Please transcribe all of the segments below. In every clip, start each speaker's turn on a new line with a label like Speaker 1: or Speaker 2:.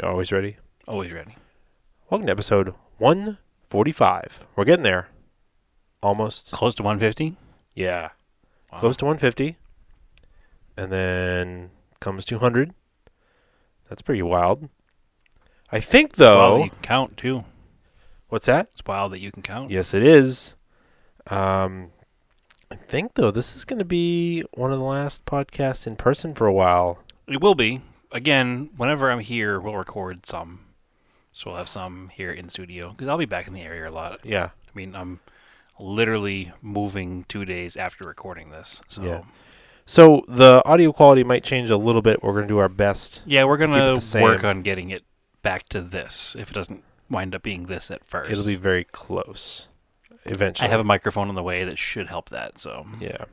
Speaker 1: You're always ready.
Speaker 2: Always ready.
Speaker 1: Welcome to episode 145. We're getting there. Almost.
Speaker 2: Close to 150.
Speaker 1: Yeah.
Speaker 2: Wow.
Speaker 1: Close to 150. And then comes 200. That's pretty wild. I think,
Speaker 2: Wow,
Speaker 1: though.
Speaker 2: you can count too.
Speaker 1: what's that?
Speaker 2: It's wild that you can count.
Speaker 1: Yes, it is. Um, I think, though, this is going to be one of the last podcasts in person for a while.
Speaker 2: It will be. Again, whenever I'm here, we'll record some. So we'll have some here in studio because I'll be back in the area a lot.
Speaker 1: Yeah.
Speaker 2: I mean, I'm literally moving two days after recording this. So
Speaker 1: Yeah. So the audio quality might change a little bit. We're going to do our best.
Speaker 2: Yeah, we're
Speaker 1: it
Speaker 2: gonna
Speaker 1: the same.
Speaker 2: work on getting it back to this. If it doesn't wind up being this at 1st
Speaker 1: It'll be very close
Speaker 2: I
Speaker 1: eventually.
Speaker 2: have a microphone on the way that should help that. So
Speaker 1: Yeah.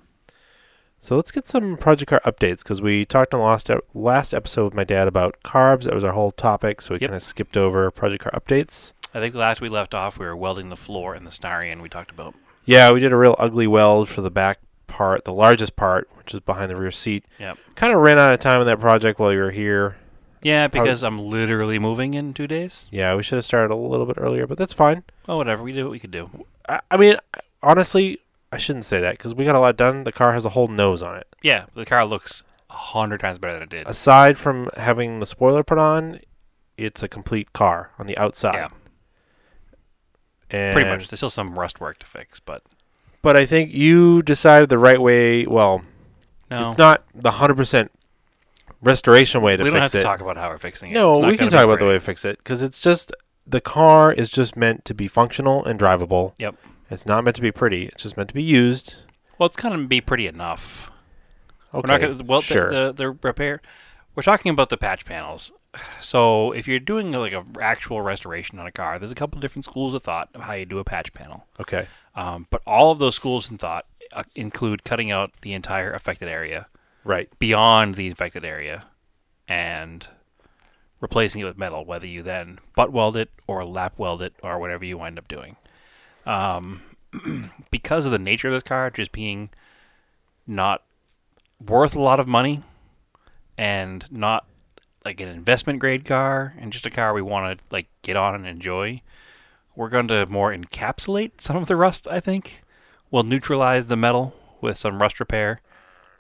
Speaker 1: So let's get some Project Car updates because we talked on the last, ep- last episode with my dad about carbs. That was our whole topic, so we
Speaker 2: Yep.
Speaker 1: kind of skipped over Project Car updates.
Speaker 2: I think last we left off, we were welding the floor and the Snarian we talked about.
Speaker 1: Yeah, we did a real ugly weld for the back part, the largest part, which is behind the rear seat.
Speaker 2: Yep.
Speaker 1: Kind of ran out of time on that project while you were here.
Speaker 2: Yeah,
Speaker 1: Prob-
Speaker 2: because I'm literally moving in two days.
Speaker 1: Yeah, we should have started a little bit earlier, but that's fine.
Speaker 2: Oh, whatever. We did what we could do.
Speaker 1: I, I mean, honestly, I shouldn't say that because we got a lot done. The car has a whole nose on it.
Speaker 2: Yeah, the car looks a hundred times better than it did.
Speaker 1: aside from having the spoiler put on, it's a complete car on the outside.
Speaker 2: Yeah.
Speaker 1: And,
Speaker 2: Pretty much. There's still some rust work to fix, but
Speaker 1: But I think you decided the right way. Well,
Speaker 2: no.
Speaker 1: it's not the 100% restoration way to
Speaker 2: we
Speaker 1: fix
Speaker 2: don't have
Speaker 1: it.
Speaker 2: to talk about how we're fixing it.
Speaker 1: no,
Speaker 2: It's not
Speaker 1: we can
Speaker 2: gonna
Speaker 1: talk
Speaker 2: be
Speaker 1: about the way
Speaker 2: great.
Speaker 1: to fix it because it's just the car is just meant to be functional and drivable.
Speaker 2: Yep.
Speaker 1: It's not meant to be pretty. It's just meant to be used.
Speaker 2: Well, it's gonna be pretty enough.
Speaker 1: Okay.
Speaker 2: We're not gonna well the-
Speaker 1: sure.
Speaker 2: the, the repair. We're talking about the patch panels. So if you're doing like a actual restoration on a car, there's a couple different schools of thought of how you do a patch panel.
Speaker 1: okay.
Speaker 2: Um, but all of those schools in thought uh, include cutting out the entire affected area,
Speaker 1: Right.
Speaker 2: beyond the infected area and replacing it with metal, whether you then butt weld it or lap weld it or whatever you wind up doing. Um, because of the nature of this car just being not worth a lot of money and not like an investment grade car and just a car we want to like get on and enjoy, we're going to more encapsulate some of the rust, I think. We'll neutralize the metal with some rust repair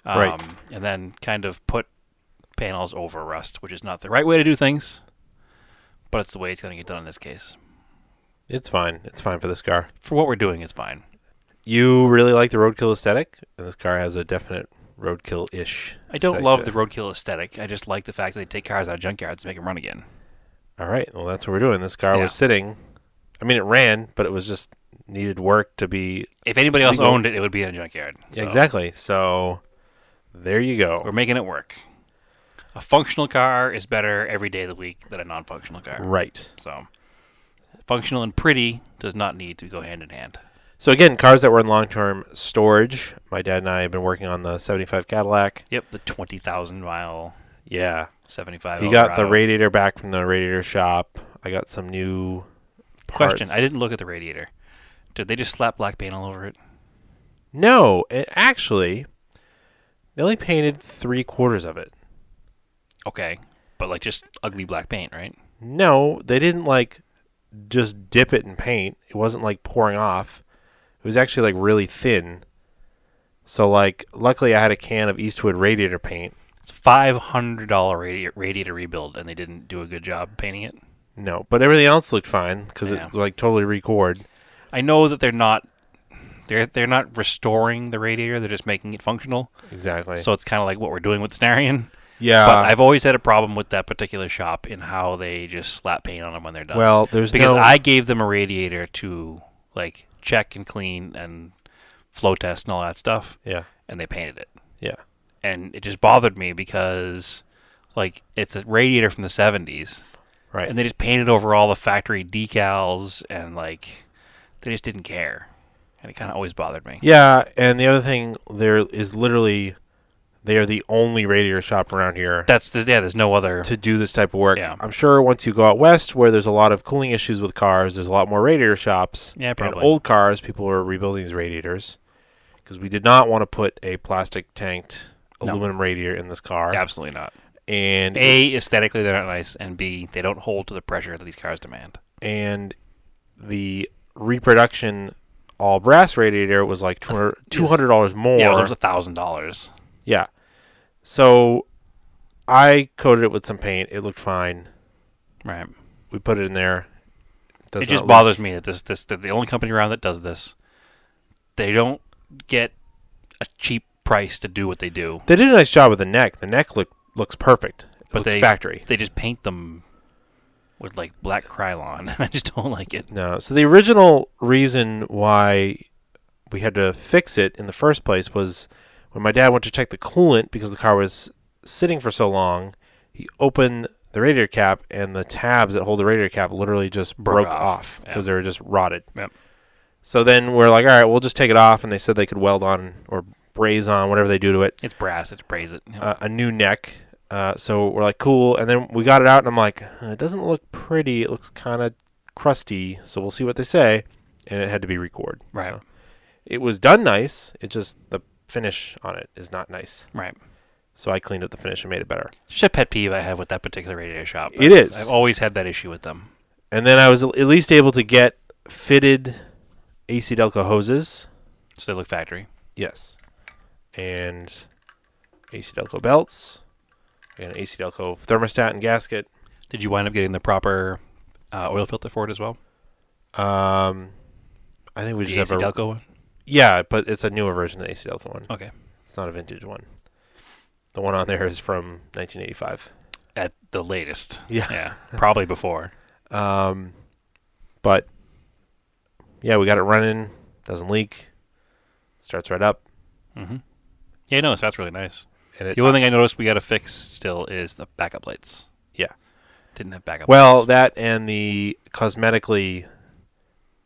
Speaker 2: um,
Speaker 1: Right.
Speaker 2: and then kind of put panels over rust, which is not the right way to do things, but it's the way it's going to get done in this case.
Speaker 1: It's fine. It's fine for this car.
Speaker 2: For what we're doing, it's fine.
Speaker 1: You really like the roadkill aesthetic, and this car has a definite roadkill-ish.
Speaker 2: I don't love the roadkill aesthetic. I just like the fact that they take cars out of junkyards and make them run again.
Speaker 1: All right, well that's what we're doing. This car
Speaker 2: Yeah.
Speaker 1: was sitting. I mean, it ran, but it was just needed work to be
Speaker 2: If anybody else
Speaker 1: Legal.
Speaker 2: owned it, it would be in a junkyard. So
Speaker 1: exactly. So there you
Speaker 2: We're
Speaker 1: go.
Speaker 2: making it work. A functional car is better every day of the week than a non-functional car.
Speaker 1: Right.
Speaker 2: So, functional and pretty does not need to go hand in hand.
Speaker 1: So again, cars that were in long-term storage. My dad and I have been working on the '75 Cadillac.
Speaker 2: Yep, the twenty thousand mile
Speaker 1: Yeah,
Speaker 2: seventy-five.
Speaker 1: he got the
Speaker 2: Eldorado.
Speaker 1: radiator back from the radiator shop. I got some new parts.
Speaker 2: Question: I didn't look at the radiator. Did they just slap black paint all over it?
Speaker 1: No, it actually, they only painted three quarters of it.
Speaker 2: Okay, but like just ugly black paint, right?
Speaker 1: No, they didn't like just dip it in paint. It wasn't like pouring off. It was actually like really thin. So like luckily I had a can of Eastwood radiator paint.
Speaker 2: It's five hundred dollar radiator radiator rebuild, and they didn't do a good job painting it.
Speaker 1: No, but everything else looked fine cuz
Speaker 2: Yeah.
Speaker 1: it's like totally record.
Speaker 2: I know that they're not they're they're not restoring the radiator; they're just making it functional.
Speaker 1: Exactly.
Speaker 2: So it's kind of like what we're doing with Snarian.
Speaker 1: yeah.
Speaker 2: but I've always had a problem with that particular shop in how they just slap paint on them when they're done.
Speaker 1: well, there's
Speaker 2: uh, because
Speaker 1: no
Speaker 2: I gave them a radiator to like check and clean and flow test and all that stuff,
Speaker 1: Yeah.
Speaker 2: and they painted it.
Speaker 1: Yeah.
Speaker 2: and it just bothered me because like it's a radiator from the 70s
Speaker 1: Right.
Speaker 2: and they just painted over all the factory decals and like they just didn't care and it kind of always bothered me
Speaker 1: yeah, and the other thing there is literally they are the only radiator shop around here
Speaker 2: that's the, yeah there's no other
Speaker 1: to do this type of work.
Speaker 2: Yeah.
Speaker 1: I'm sure once you go out west where there's a lot of cooling issues with cars, there's a lot more radiator shops.
Speaker 2: Yeah,
Speaker 1: And
Speaker 2: probably.
Speaker 1: old cars, people were rebuilding these radiators because we did not want to put a plastic tanked
Speaker 2: No.
Speaker 1: aluminum radiator in this car.
Speaker 2: absolutely not
Speaker 1: and
Speaker 2: A, aesthetically they're not nice, and B, they don't hold to the pressure that these cars demand.
Speaker 1: and the reproduction all brass radiator was like two hundred dollars more.
Speaker 2: yeah, well, there's a thousand dollars.
Speaker 1: Yeah. So I coated it with some paint. It looked fine.
Speaker 2: Right.
Speaker 1: We put it in there. does
Speaker 2: It
Speaker 1: not
Speaker 2: just
Speaker 1: look-
Speaker 2: bothers me that this this that the only company around that does this. They don't get a cheap price to do what they do.
Speaker 1: They did a nice job with the neck. The neck look looks perfect. It
Speaker 2: But
Speaker 1: looks
Speaker 2: they-
Speaker 1: factory.
Speaker 2: They just paint them with like black Krylon. I just don't like it.
Speaker 1: No. So the original reason why we had to fix it in the first place was when my dad went to check the coolant because the car was sitting for so long, he opened the radiator cap and the tabs that hold the radiator cap literally just
Speaker 2: Broke
Speaker 1: broke
Speaker 2: off.
Speaker 1: off
Speaker 2: Yeah.
Speaker 1: because they were just rotted.
Speaker 2: Yep.
Speaker 1: So then we're like, all right, we'll just take it off. And they said they could weld on or braze on, whatever they do to it,
Speaker 2: It's brass. It's braise it.
Speaker 1: uh, a new neck. Uh, so we're like, cool. And then we got it out, and I'm like, "Uh, it doesn't look pretty. It looks kind of crusty. So we'll see what they say. And it had to be record.
Speaker 2: Right.
Speaker 1: So it was done nice. It just, the finish on it is not nice.
Speaker 2: right.
Speaker 1: So I cleaned up the finish and made it better.
Speaker 2: It's just a pet peeve I have with that particular radio shop.
Speaker 1: It
Speaker 2: I've-
Speaker 1: is.
Speaker 2: I've always had that issue with them.
Speaker 1: And then I was at least able to get fitted AC Delco hoses.
Speaker 2: So they look factory.
Speaker 1: Yes. And AC Delco belts. And AC Delco thermostat and gasket.
Speaker 2: Did you wind up getting the proper uh, oil filter for it as well?
Speaker 1: Um, I think we
Speaker 2: The
Speaker 1: just have
Speaker 2: AC
Speaker 1: a
Speaker 2: Delco Oh. one.
Speaker 1: yeah, but it's a newer version of the AC Delco one.
Speaker 2: Okay.
Speaker 1: It's not a vintage one. The one on there is from 1985.
Speaker 2: At the latest.
Speaker 1: Yeah.
Speaker 2: Yeah. Probably before.
Speaker 1: Um, but yeah, we got it running. Doesn't leak. Starts right up.
Speaker 2: Mm-hmm. Yeah, no, so that's really nice.
Speaker 1: And it, uh,
Speaker 2: The only thing I noticed we got to fix still is the backup lights.
Speaker 1: Yeah.
Speaker 2: Didn't have backup
Speaker 1: Well,
Speaker 2: lights.
Speaker 1: that and the cosmetically,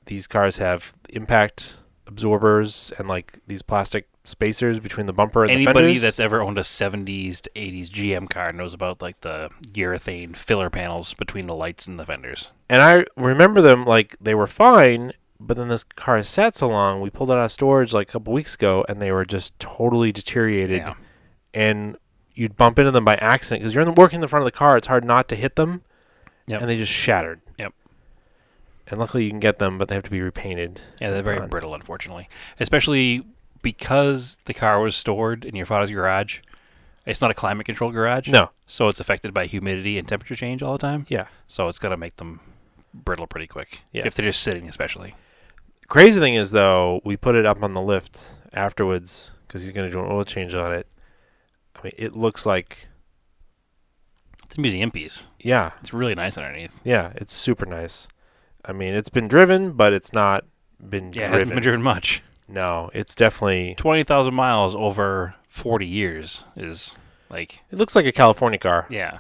Speaker 1: these cars have impact absorbers and like these plastic spacers between the bumper and the
Speaker 2: Anybody
Speaker 1: fenders.
Speaker 2: that's ever owned a 70s to 80s GM car knows about like the urethane filler panels between the lights and the fenders.
Speaker 1: and I remember them like they were fine, but then this car sat so long. We pulled it out of storage like a couple weeks ago, and they were just totally deteriorated.
Speaker 2: Yeah.
Speaker 1: And you'd bump into them by accident because you're in the, working in the front of the car. It's hard not to hit them,
Speaker 2: Yep.
Speaker 1: and they just shattered.
Speaker 2: Yep.
Speaker 1: And luckily, you can get them, but they have to be repainted.
Speaker 2: Yeah, they're very
Speaker 1: Done.
Speaker 2: brittle, unfortunately. Especially because the car was stored in your father's garage. It's not a climate controlled garage.
Speaker 1: No,
Speaker 2: So it's affected by humidity and temperature change all the time.
Speaker 1: yeah.
Speaker 2: So it's going to make them brittle pretty quick.
Speaker 1: Yeah.
Speaker 2: If they're just sitting, especially.
Speaker 1: Crazy thing is though, we put it up on the lift afterwards because he's going to do an oil change on it. I mean, it looks like
Speaker 2: It's a museum piece.
Speaker 1: yeah,
Speaker 2: It's really nice underneath.
Speaker 1: Yeah, it's super nice. I mean, it's been driven, but it's not been
Speaker 2: Yeah, it
Speaker 1: driven.
Speaker 2: hasn't been driven much.
Speaker 1: No, it's definitely.
Speaker 2: 20,000 miles over 40 years is like,
Speaker 1: It looks like a California car.
Speaker 2: yeah.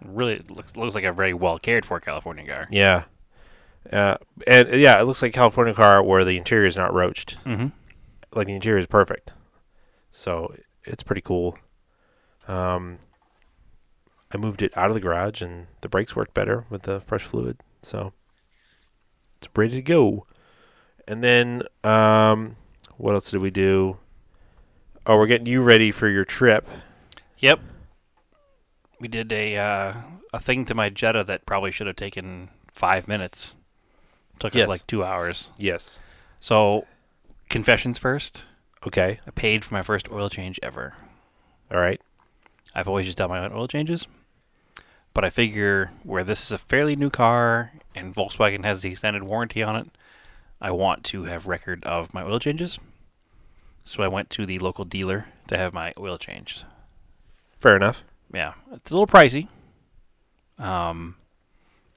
Speaker 2: Really it looks looks like a very well cared for California car.
Speaker 1: Yeah. Uh, and uh, yeah, it looks like a California car where the interior is not roached.
Speaker 2: Mm-hmm.
Speaker 1: Like the interior is perfect. So it's pretty cool. Um, I moved it out of the garage and the brakes worked better with the fresh fluid. So it's ready to go. And then um, what else did we do? Oh, we're getting you ready for your trip.
Speaker 2: Yep. We did a uh, a thing to my Jetta that probably should have taken five minutes. Took us
Speaker 1: Yes.
Speaker 2: like two hours.
Speaker 1: Yes.
Speaker 2: So, confessions first.
Speaker 1: Okay.
Speaker 2: I paid for my first oil change ever.
Speaker 1: All right.
Speaker 2: I've always just done my own oil changes. But I figure where this is a fairly new car and Volkswagen has the extended warranty on it, I want to have record of my oil changes. So I went to the local dealer to have my oil changed.
Speaker 1: Fair enough.
Speaker 2: Yeah, it's a little pricey. Um,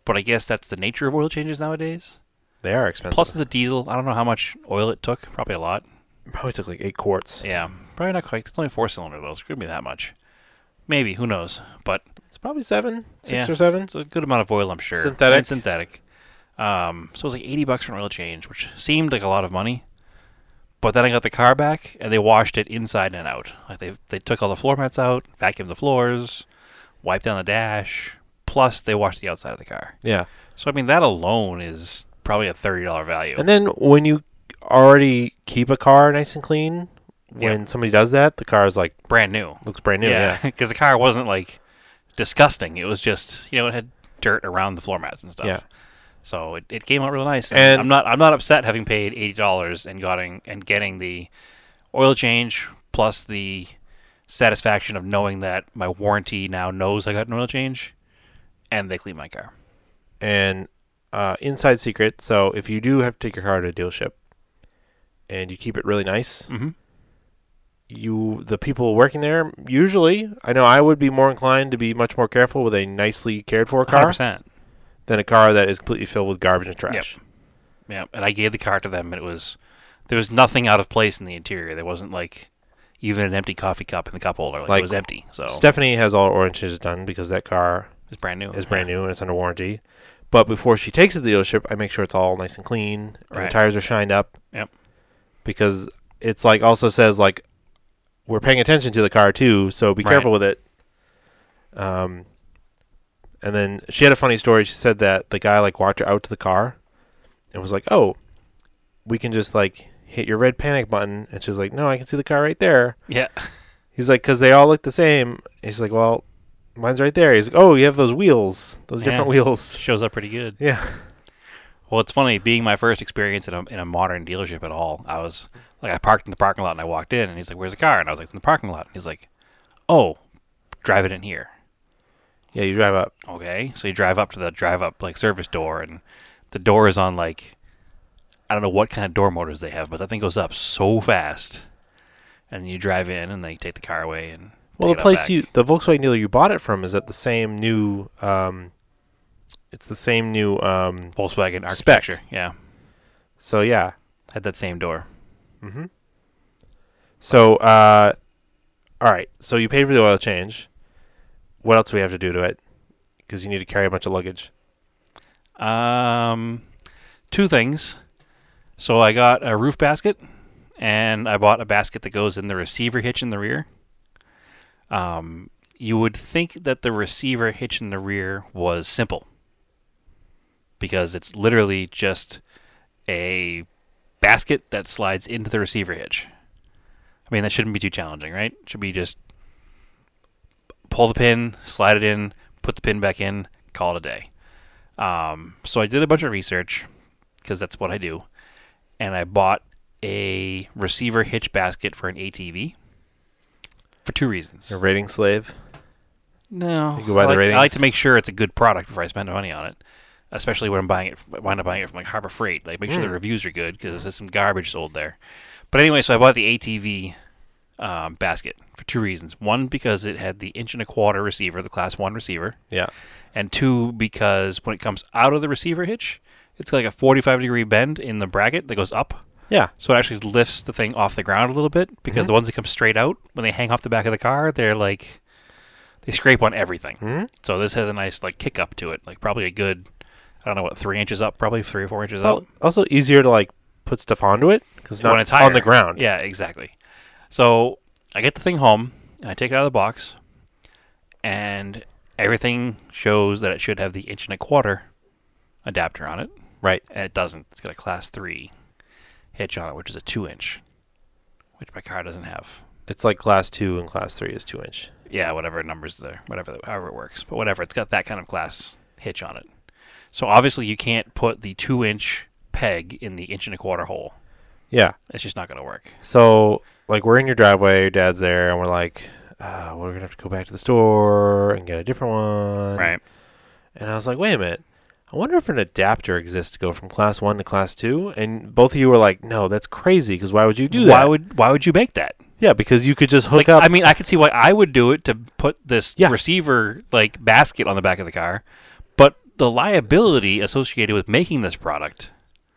Speaker 2: but I guess that's the nature of oil changes nowadays.
Speaker 1: They are expensive.
Speaker 2: Plus, it's a diesel. I don't know how much oil it took. Probably a lot.
Speaker 1: probably took like eight quarts.
Speaker 2: Yeah, probably not quite. It's only four cylinder though. It's gonna be that much. Maybe who knows? But
Speaker 1: It's probably seven, six
Speaker 2: yeah,
Speaker 1: or seven.
Speaker 2: It's a good amount of oil, I'm sure.
Speaker 1: Synthetic.
Speaker 2: And synthetic. Um, so it was like eighty bucks for an oil change, which seemed like a lot of money. But then I got the car back, and they washed it inside and out. Like they they took all the floor mats out, vacuumed the floors, wiped down the dash. Plus, they washed the outside of the car.
Speaker 1: Yeah.
Speaker 2: So I mean, that alone is probably a thirty dollar value.
Speaker 1: And then when you already keep a car nice and clean, when somebody does that, the car is like
Speaker 2: Brand new.
Speaker 1: looks brand new. Yeah.
Speaker 2: because the car wasn't like disgusting. It was just you know it had dirt around the floor mats and stuff.
Speaker 1: Yeah.
Speaker 2: So it, it came out really nice.
Speaker 1: And-
Speaker 2: And I'm not I'm not upset having paid eighty dollars and getting and getting the oil change plus the satisfaction of knowing that my warranty now knows I got an oil change and they clean my car.
Speaker 1: And uh, inside secret, so if you do have to take your car to a dealership and you keep it really nice,
Speaker 2: Mm-hmm.
Speaker 1: you the people working there usually, I know I would be more inclined to be much more careful with a nicely cared for car
Speaker 2: 100%.
Speaker 1: than a car that is completely filled with garbage and trash.
Speaker 2: Yeah, and I gave the car to them, and it was there was nothing out of place in the interior. There wasn't like even an empty coffee cup in the cup holder. Like,
Speaker 1: Like,
Speaker 2: it was empty, so
Speaker 1: Stephanie has all her orange changes done because that car
Speaker 2: it's brand new.
Speaker 1: is brand new and it's under warranty. But before she takes it to the dealership, I make sure it's all nice and clean and the
Speaker 2: Right.
Speaker 1: tires are shined up.
Speaker 2: Yep.
Speaker 1: Because it's like also says like we're paying attention to the car too, so be
Speaker 2: Right.
Speaker 1: careful with it. Um and then she had a funny story. She said that the guy like walked her out to the car and was like, "Oh, we can just like hit your red panic button." And she's like, "No, I can see the car right there."
Speaker 2: Yeah,
Speaker 1: He's like, because they all look the same. He's like, well, mine's right there. He's like, oh, you have those wheels, those
Speaker 2: Yeah.
Speaker 1: different wheels.
Speaker 2: shows up pretty good.
Speaker 1: Yeah.
Speaker 2: Well, it's funny being my first experience in a in a modern dealership at all. I was like, I parked in the parking lot, and I walked in, and he's like, "Where's the car?" And I was like, "It's in the parking lot." And he's like, "Oh, drive it in here."
Speaker 1: Yeah, you drive up.
Speaker 2: Okay, so you drive up to the drive up like service door, and the door is on like I don't know what kind of door motors they have, but that thing goes up so fast. And you drive in, and they take the car away, and
Speaker 1: Well,
Speaker 2: take
Speaker 1: the
Speaker 2: it out
Speaker 1: place
Speaker 2: back.
Speaker 1: you, the Volkswagen dealer you bought it from is at the same new, um, it's the same new, um,
Speaker 2: Volkswagen
Speaker 1: Spec.
Speaker 2: architecture, yeah,
Speaker 1: so yeah.
Speaker 2: had that same door.
Speaker 1: Mm-hmm. So, uh, all right. So you paid for the oil change. What else do we have to do to it? Because you need to carry a bunch of luggage.
Speaker 2: Um, two things. So I got a roof basket, and I bought a basket that goes in the receiver hitch in the rear. Um, you would think that the receiver hitch in the rear was simple because it's literally just a basket that slides into the receiver hitch. I mean, that shouldn't be too challenging, right? It should be just pull the pin, slide it in, put the pin back in, call it a day. Um, so I did a bunch of research because that's what I do, and I bought a receiver hitch basket for an ATV for two reasons.
Speaker 1: You're a rating slave.
Speaker 2: No,
Speaker 1: You go by the
Speaker 2: I like, I like
Speaker 1: ratings?
Speaker 2: to make sure it's a good product before I spend money on it, especially when I'm buying it. When I'm buying it from like Harbor Freight, like make sure the
Speaker 1: Mm.
Speaker 2: reviews are good because there's some garbage sold there. But anyway, so I bought the ATV um, basket for two reasons: one because it had the inch and a quarter receiver, the class one receiver,
Speaker 1: Yeah.
Speaker 2: and two because when it comes out of the receiver hitch, it's like a 45 degree bend in the bracket that goes up.
Speaker 1: Yeah.
Speaker 2: So it actually lifts the thing off the ground a little bit because
Speaker 1: Mhm.
Speaker 2: the ones that come straight out when they hang off the back of the car, they're like they scrape on everything.
Speaker 1: Mm-hmm.
Speaker 2: So this has a nice like kick up to it, like probably a good, I don't know what, three inches up, probably three or four inches up.
Speaker 1: Al- also easier to like put stuff onto it because
Speaker 2: When
Speaker 1: not
Speaker 2: it's
Speaker 1: on
Speaker 2: higher.
Speaker 1: the ground.
Speaker 2: Yeah, exactly. So I get the thing home and I take it out of the box, and everything shows that it should have the inch and a quarter adapter on it.
Speaker 1: Right.
Speaker 2: and it doesn't. It's got a class three hitch on it, which is a two inch, which my car doesn't have.
Speaker 1: It's like class two and class three is two inch.
Speaker 2: Yeah, whatever numbers there, whatever, however it works, but whatever. It's got that kind of class hitch on it. So obviously you can't put the two inch peg in the inch and a quarter hole.
Speaker 1: Yeah.
Speaker 2: It's just not going to work.
Speaker 1: So like we're in your driveway, your dad's there, and we're like, uh, we're gonna have to go back to the store and get a different one.
Speaker 2: Right.
Speaker 1: And I was like, wait a minute. I wonder if an adapter exists to go from class one to class two. And both of you were like, no, that's crazy. Because why would you do that?
Speaker 2: Why would why would you make that?
Speaker 1: yeah, because you could just hook
Speaker 2: Like,
Speaker 1: up.
Speaker 2: I mean, I could see why I would do it to put this
Speaker 1: Yeah.
Speaker 2: receiver like basket on the back of the car, but the liability associated with making this product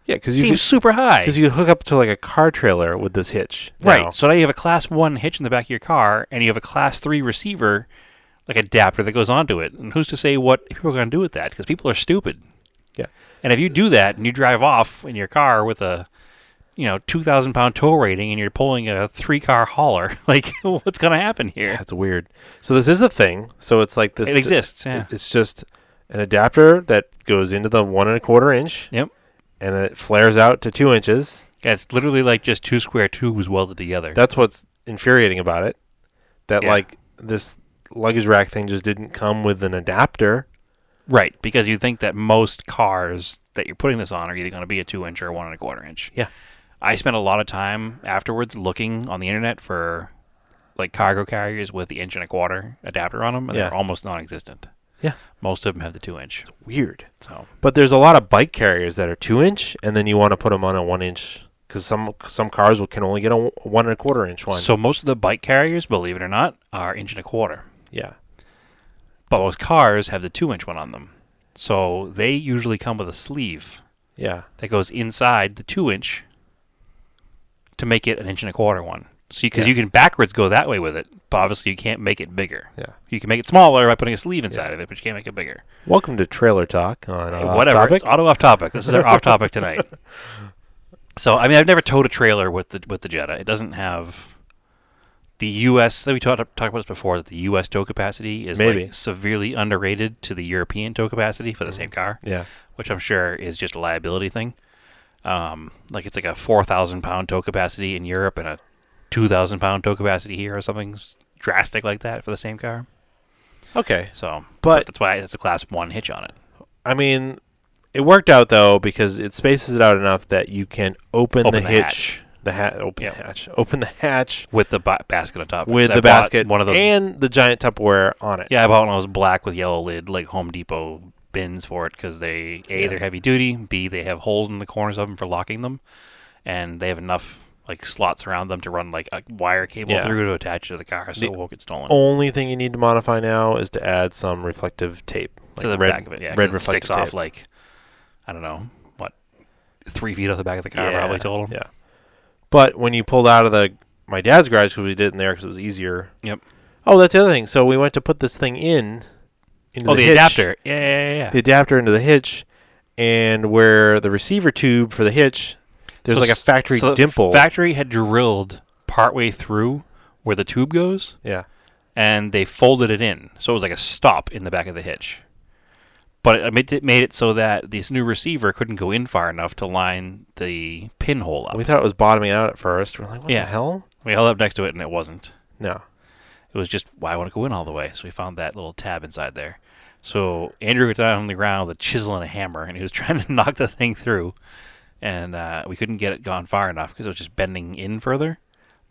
Speaker 1: yeah, because you
Speaker 2: seems super high.
Speaker 1: because you could hook up to like a car trailer with this hitch.
Speaker 2: Right.
Speaker 1: now.
Speaker 2: So now you have a class one hitch in the back of your car, and you have a class three receiver, like adapter that goes onto it. And who's to say what people are going to do with that? Because people are stupid.
Speaker 1: Yeah.
Speaker 2: And if you do that and you drive off in your car with a, you know, two thousand pound tow rating, and you're pulling a three car hauler, like what's going to happen here?
Speaker 1: That's weird. So this is a thing. So it's like this.
Speaker 2: It exists.
Speaker 1: It-
Speaker 2: Yeah.
Speaker 1: It's just an adapter that goes into the one and a quarter inch.
Speaker 2: Yep.
Speaker 1: And then it flares out to two inches.
Speaker 2: Yeah, it's literally like just two square tubes welded together.
Speaker 1: That's what's infuriating about it. That
Speaker 2: Yeah.
Speaker 1: like this luggage rack thing just didn't come with an adapter.
Speaker 2: Right, because you think that most cars that you're putting this on are either going to be a two inch or a one and a quarter inch.
Speaker 1: Yeah.
Speaker 2: I spent a lot of time afterwards looking on the internet for like cargo carriers with the inch and a quarter adapter on them, and
Speaker 1: Yeah.
Speaker 2: they're almost non-existent.
Speaker 1: Yeah.
Speaker 2: most of them have the two inch.
Speaker 1: Weird.
Speaker 2: So
Speaker 1: But there's a lot of bike carriers that are two inch, and then you want to put them on a one inch because some some cars will, can only get a w- one and a quarter inch one.
Speaker 2: So most of the bike carriers, believe it or not, are inch and a quarter.
Speaker 1: yeah,
Speaker 2: But most cars have the two inch one on them. So they usually come with a sleeve
Speaker 1: yeah,
Speaker 2: that goes inside the two inch to make it an inch and a quarter one. So because
Speaker 1: Yeah.
Speaker 2: you can backwards go that way with it, but obviously you can't make it bigger.
Speaker 1: yeah.
Speaker 2: You can make it smaller by putting a sleeve inside of it, but you can't make it bigger.
Speaker 1: Welcome to Trailer Talk on uh,
Speaker 2: Whatever.
Speaker 1: Topic.
Speaker 2: It's auto off topic. This is our off topic tonight. So I mean, I've never towed a trailer with the with the Jetta. It doesn't have the U.S. that we talked talked about this before. That the U.S. tow capacity is
Speaker 1: Maybe.
Speaker 2: like severely underrated to the European tow capacity for the
Speaker 1: Mm.
Speaker 2: same car,
Speaker 1: Yeah,
Speaker 2: which I'm sure is just a liability thing. Um, like it's like a four thousand pound tow capacity in Europe and a two thousand pound tow capacity here, or something s- drastic like that for the same car.
Speaker 1: okay,
Speaker 2: So,
Speaker 1: but
Speaker 2: that's why it's a class one hitch on it.
Speaker 1: I mean, it worked out though because it spaces it out enough that you can open,
Speaker 2: Open
Speaker 1: the,
Speaker 2: the
Speaker 1: hitch,
Speaker 2: hatch.
Speaker 1: the hat, open
Speaker 2: Yeah.
Speaker 1: the hatch, open the hatch
Speaker 2: with the ba- basket on top. of it,
Speaker 1: with
Speaker 2: 'cause I
Speaker 1: the
Speaker 2: bought
Speaker 1: basket,
Speaker 2: one of those.
Speaker 1: and the giant Tupperware on it.
Speaker 2: yeah, I bought one of those black with yellow lid, like Home Depot bins for it, because they a
Speaker 1: Yeah.
Speaker 2: they're heavy duty, b they have holes in the corners of them for locking them, and they have enough like slots around them to run like a wire cable
Speaker 1: Yeah.
Speaker 2: through to attach to the car, so
Speaker 1: The
Speaker 2: it won't get stolen.
Speaker 1: Only thing you need to modify now is to add some reflective tape
Speaker 2: to the back of it, yeah, 'cause
Speaker 1: red
Speaker 2: it
Speaker 1: reflective
Speaker 2: sticks off
Speaker 1: tape.
Speaker 2: like I don't know what three feet off the back of the car, probably total.
Speaker 1: Yeah. But when you pulled out of the my dad's garage because we did it in there because it was easier.
Speaker 2: Yep.
Speaker 1: Oh, that's the other thing. So we went to put this thing in. Into
Speaker 2: Oh, the,
Speaker 1: hitch,
Speaker 2: adapter. Yeah, yeah, yeah.
Speaker 1: The adapter into the hitch, and where the receiver tube for the hitch, there's
Speaker 2: So
Speaker 1: like a
Speaker 2: s-
Speaker 1: factory
Speaker 2: so the
Speaker 1: dimple.
Speaker 2: Factory had drilled partway through where the tube goes.
Speaker 1: yeah.
Speaker 2: and they folded it in, so it was like a stop in the back of the hitch. But it made it, made it so that this new receiver couldn't go in far enough to line the pinhole up.
Speaker 1: We thought it was bottoming out at first. We're like, what
Speaker 2: Yeah.
Speaker 1: the hell?
Speaker 2: We held up next to it, and it wasn't.
Speaker 1: No.
Speaker 2: It was just, why well, I want to go in all the way. So we found that little tab inside there. So Andrew got down on the ground with a chisel and a hammer, and he was trying to knock the thing through. And uh, we couldn't get it gone far enough because it was just bending in further,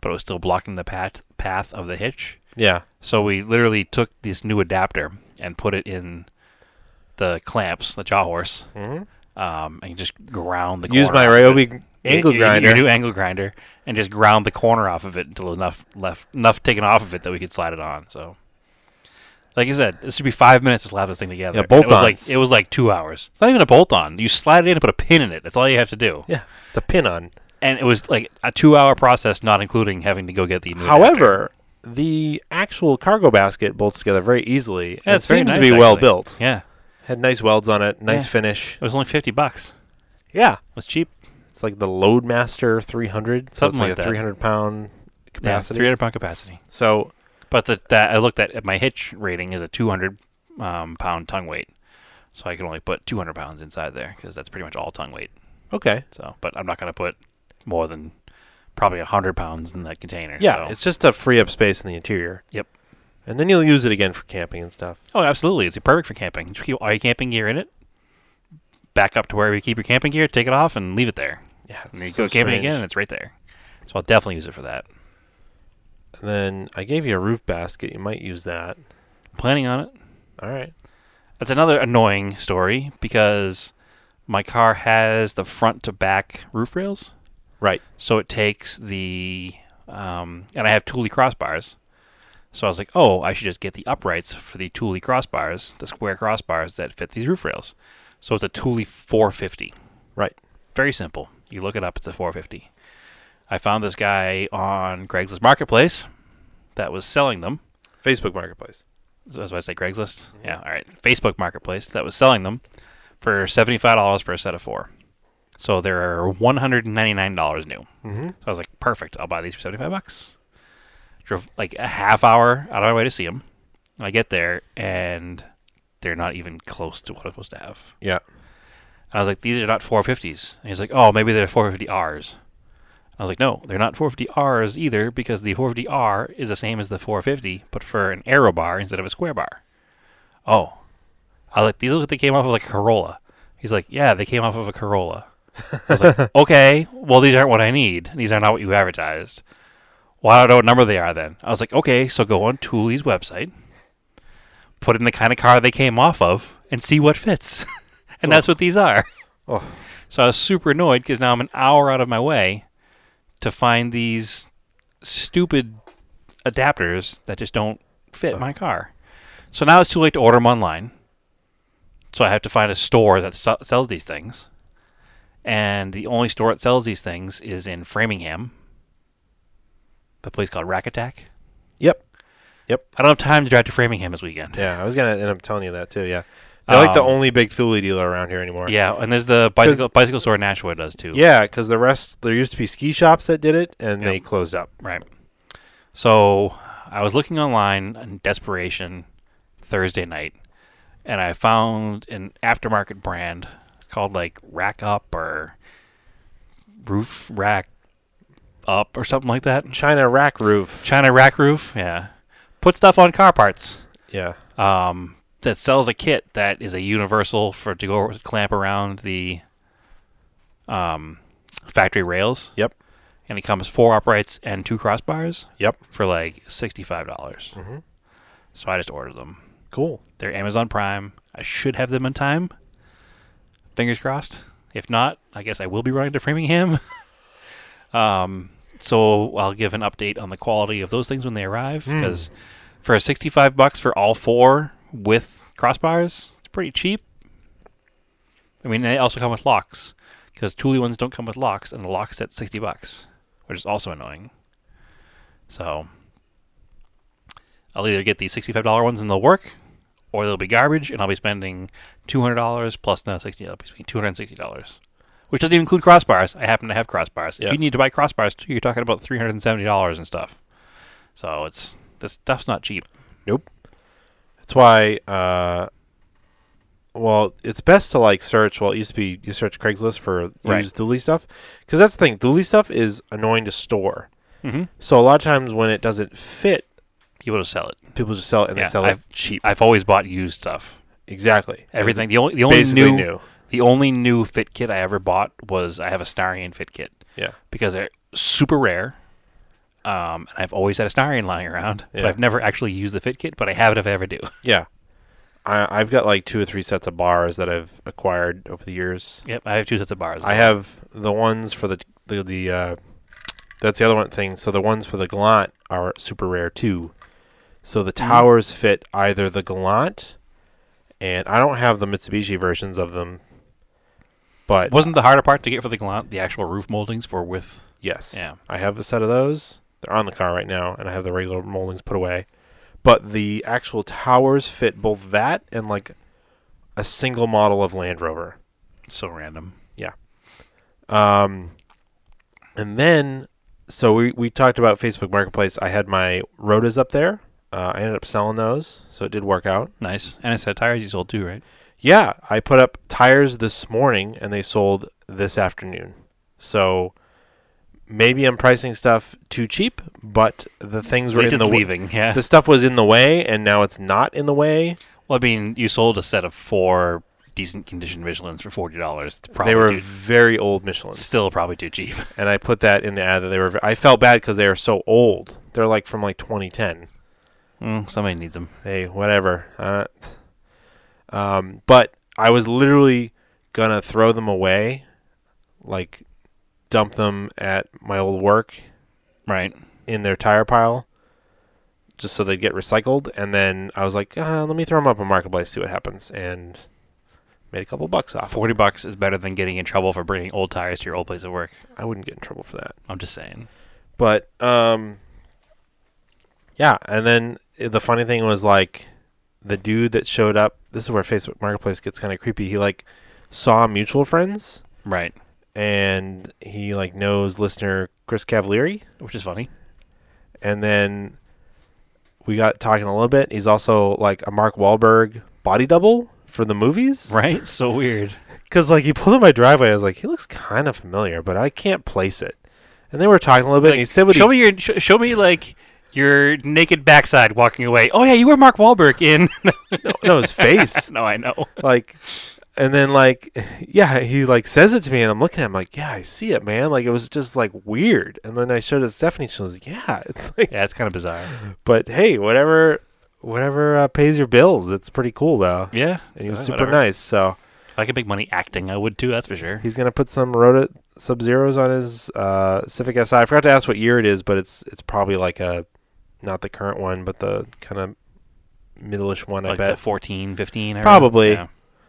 Speaker 2: but it was still blocking the path, path of the hitch.
Speaker 1: Yeah.
Speaker 2: So we literally took this new adapter and put it in the clamps, the jaw horse,
Speaker 1: hmm
Speaker 2: um, and just ground the
Speaker 1: Use
Speaker 2: corner
Speaker 1: my
Speaker 2: off of it.
Speaker 1: Ryobi angle
Speaker 2: Y- y-
Speaker 1: grinder.
Speaker 2: Your new angle grinder, and just ground the corner off of it until enough left, enough taken off of it that we could slide it on. So, like I said, this should be five minutes to slap this thing together.
Speaker 1: Yeah,
Speaker 2: And It was
Speaker 1: bolt-ons.
Speaker 2: like it was like two hours. It's not even a bolt on. You slide it in and put a pin in it. That's all you have to do.
Speaker 1: yeah. It's a pin on.
Speaker 2: And it was like a two-hour process, not including having to go get the. New adapter.
Speaker 1: However, the actual cargo basket bolts together very easily.
Speaker 2: Yeah,
Speaker 1: and it
Speaker 2: it's very
Speaker 1: seems to
Speaker 2: nice,
Speaker 1: be well
Speaker 2: actually.
Speaker 1: built.
Speaker 2: yeah,
Speaker 1: Had nice welds on it, nice
Speaker 2: Yeah.
Speaker 1: finish.
Speaker 2: it was only fifty bucks.
Speaker 1: Yeah.
Speaker 2: It was cheap.
Speaker 1: It's like the Loadmaster 300. So it's
Speaker 2: Something
Speaker 1: like,
Speaker 2: like
Speaker 1: a
Speaker 2: that.
Speaker 1: 300 pound capacity.
Speaker 2: Yeah, 300 pound capacity.
Speaker 1: so,
Speaker 2: But the, that I looked at, at my hitch rating is a 200 um, pound tongue weight. So I can only put 200 pounds inside there because that's pretty much all tongue weight.
Speaker 1: okay.
Speaker 2: So, but I'm not going to put more than probably 100 pounds in that container.
Speaker 1: Yeah,
Speaker 2: So.
Speaker 1: it's just to free up space in the interior.
Speaker 2: Yep.
Speaker 1: And then you'll use it again for camping and stuff.
Speaker 2: Oh, absolutely. It's perfect for camping. Just keep all your camping gear in it. Back up to wherever you keep your camping gear, take it off, and leave it there.
Speaker 1: Yeah. it's
Speaker 2: And you
Speaker 1: so
Speaker 2: go camping
Speaker 1: strange.
Speaker 2: again, and it's right there. So I'll definitely use it for that.
Speaker 1: And then I gave you a roof basket. You might use that.
Speaker 2: Planning on it.
Speaker 1: All right.
Speaker 2: That's another annoying story because my car has the front to back roof rails.
Speaker 1: Right.
Speaker 2: So it takes the, um, and I have Thule crossbars. So I was like, oh, I should just get the uprights for the Thule crossbars, the square crossbars that fit these roof rails. So it's a Thule 450.
Speaker 1: Right.
Speaker 2: Very simple. You look it up, it's a 450. I found this guy on Craigslist Marketplace that was selling them.
Speaker 1: Facebook Marketplace.
Speaker 2: So that's why I say Craigslist. Yeah, all right. Facebook Marketplace that was selling them for seventy-five dollars for a set of four. So they're one hundred and ninety-nine dollars new.
Speaker 1: Mm-hmm.
Speaker 2: So I was like, perfect. I'll buy these for seventy-five bucks. Drove like a half hour out of my way to see them, and I get there and they're not even close to what I'm supposed to have.
Speaker 1: Yeah.
Speaker 2: And I was like, these are not 450s. And he's like, oh, maybe they're 450Rs. And I was like, no, they're not 450Rs either because the 450R is the same as the 450, but for an arrow bar instead of a square bar. Oh, I like these look like they came off of like a Corolla. He's like, yeah, they came off of a Corolla. I was like, okay, well these aren't what I need. These are not what you advertised. Well, I don't know what number they are then. I was like, okay, so go on Thule's website, put in the kind of car they came off of, and see what fits. and that's what these are.
Speaker 1: Oh.
Speaker 2: So I was super annoyed because now I'm an hour out of my way to find these stupid adapters that just don't fit my car. So now it's too late to order them online. So I have to find a store that se- sells these things. And the only store that sells these things is in Framingham, a place called Rack Attack.
Speaker 1: Yep.
Speaker 2: I don't have time to drive to Framingham this weekend.
Speaker 1: Yeah, I was gonna end up telling you that too. Yeah, they're like the
Speaker 2: Um,
Speaker 1: only big Thule dealer around here anymore.
Speaker 2: Yeah, and there's the bicycle bicycle store in Nashua does too.
Speaker 1: yeah, because the rest there used to be ski shops that did it, and they closed up.
Speaker 2: Right. So I was looking online in desperation Thursday night, and I found an aftermarket brand It's called like Rack Up or Roof Rack Up or something like that.
Speaker 1: China rack roof.
Speaker 2: China Rack Roof, yeah. Put stuff on car parts.
Speaker 1: Yeah,
Speaker 2: um, that sells a kit that is a universal for to go clamp around the um, factory rails.
Speaker 1: Yep.
Speaker 2: And it comes four uprights and two crossbars.
Speaker 1: Yep.
Speaker 2: For like sixty-five dollars.
Speaker 1: Mhm.
Speaker 2: So I just ordered them.
Speaker 1: cool.
Speaker 2: They're Amazon Prime. I should have them in time. Fingers crossed. If not, I guess I will be running to Framingham. um, so I'll give an update on the quality of those things when they arrive
Speaker 1: Hmm.
Speaker 2: because for 65 bucks for all four with crossbars, it's pretty cheap. I mean, they also come with locks because Thule ones don't come with locks, and the locks at 60 bucks, which is also annoying. So I'll either get the $65 ones and they'll work, or they'll be garbage, and I'll be spending two hundred dollars plus no sixty. I'll be spending two hundred and sixty dollars, which doesn't even include crossbars. I happen to have crossbars. If
Speaker 1: Yeah.
Speaker 2: you need to buy crossbars too, you're talking about three hundred and seventy dollars and stuff. So it's this stuff's not cheap.
Speaker 1: That's why. Uh, well, it's best to like search. Well, it used to be you search Craigslist for
Speaker 2: Right.
Speaker 1: used Thule stuff, because that's the thing. Thule stuff is annoying to store.
Speaker 2: Mm-hmm.
Speaker 1: So a lot of times when it doesn't fit,
Speaker 2: People just sell it.
Speaker 1: people just sell it and
Speaker 2: Yeah,
Speaker 1: they sell
Speaker 2: I've-
Speaker 1: it cheap.
Speaker 2: I've always bought used stuff.
Speaker 1: exactly.
Speaker 2: Everything. The only the only
Speaker 1: Basically
Speaker 2: new,
Speaker 1: new.
Speaker 2: the only new fit kit I ever bought was I have a Starion fit kit
Speaker 1: Yeah.
Speaker 2: because they're super rare. Um, and I've always had a Starion lying around, but
Speaker 1: Yeah.
Speaker 2: I've never actually used the fit kit. But I have it if I ever do.
Speaker 1: Yeah. I, I've got like two or three sets of bars that I've acquired over the years.
Speaker 2: Yep, I have two sets of bars.
Speaker 1: I have the ones for the the, the uh, that's the other one thing. So the ones for the Gallant are super rare too. So the towers fit either the Gallant, and I don't have the Mitsubishi versions of them, but
Speaker 2: Wasn't the harder part to get for the Gallant the actual roof moldings for with?
Speaker 1: yes,
Speaker 2: Yeah.
Speaker 1: I have a set of those. They're on the car right now, and I have the regular moldings put away. But the actual towers fit both that and like a single model of Land Rover.
Speaker 2: So random.
Speaker 1: Um, and then, so we, we talked about Facebook Marketplace. I had my Rotas up there. Uh, I ended up selling those, so it did work out.
Speaker 2: Nice. And it's had tires you sold too, right?
Speaker 1: Yeah, I put up tires this morning, and they sold this afternoon. So maybe I'm pricing stuff too cheap, but the things were
Speaker 2: At least
Speaker 1: in
Speaker 2: it's
Speaker 1: the way.
Speaker 2: leaving. Yeah.
Speaker 1: The stuff was in the way, and now it's not in the way.
Speaker 2: well, I mean, you sold a set of four decent condition Michelins for forty dollars.
Speaker 1: they were
Speaker 2: too,
Speaker 1: very old Michelins.
Speaker 2: still probably too cheap.
Speaker 1: and I put that in the ad that they were. I felt bad because they are so old. They're like from like 2010.
Speaker 2: Mm, somebody needs them.
Speaker 1: hey, whatever. Uh, um, but I was literally gonna throw them away, like dump them at my old work
Speaker 2: Right.
Speaker 1: in their tire pile, just so they get recycled. And then I was like, uh, let me throw them up on marketplace, see what happens, and made a couple bucks off.
Speaker 2: Uh, Forty bucks is better than getting in trouble for bringing old tires to your old place of work.
Speaker 1: I wouldn't get in trouble for that.
Speaker 2: I'm just saying.
Speaker 1: But um, yeah. And then uh, the funny thing was like the dude that showed up. This is where Facebook Marketplace gets kind of creepy. He like saw mutual friends,
Speaker 2: Right.
Speaker 1: and he like knows listener Chris Cavalieri.
Speaker 2: Which is funny.
Speaker 1: And then we got talking a little bit. He's also like a Mark Wahlberg body double for the movies.
Speaker 2: Right. so weird.
Speaker 1: Because like he pulled in my driveway, I was like, he looks kind of familiar, but I can't place it. And they were talking a little bit, and he said what
Speaker 2: show
Speaker 1: he
Speaker 2: me your sh- show me like your naked backside walking away. Oh yeah, you were Mark Wahlberg in.
Speaker 1: no his face,
Speaker 2: no, I know.
Speaker 1: like, and then like, yeah, he like says it to me, and I'm looking at him like, yeah, I see it, man. Like it was just like weird, and then I showed it to Stephanie. She was like, yeah, it's like,
Speaker 2: Yeah, it's kind of bizarre.
Speaker 1: but hey, whatever, whatever uh, pays your bills, it's pretty cool though.
Speaker 2: Yeah,
Speaker 1: And he was
Speaker 2: uh,
Speaker 1: super
Speaker 2: whatever.
Speaker 1: nice, so
Speaker 2: If I could make money acting, I would too. That's for sure.
Speaker 1: he's gonna put some Rota Sub Zeros on his uh, Civic Si. I forgot to ask what year it is, but it's it's probably like a not the current one, but the kind of middle-ish one, I
Speaker 2: Like
Speaker 1: bet.
Speaker 2: the 14, 15 era.
Speaker 1: Probably.
Speaker 2: Yeah.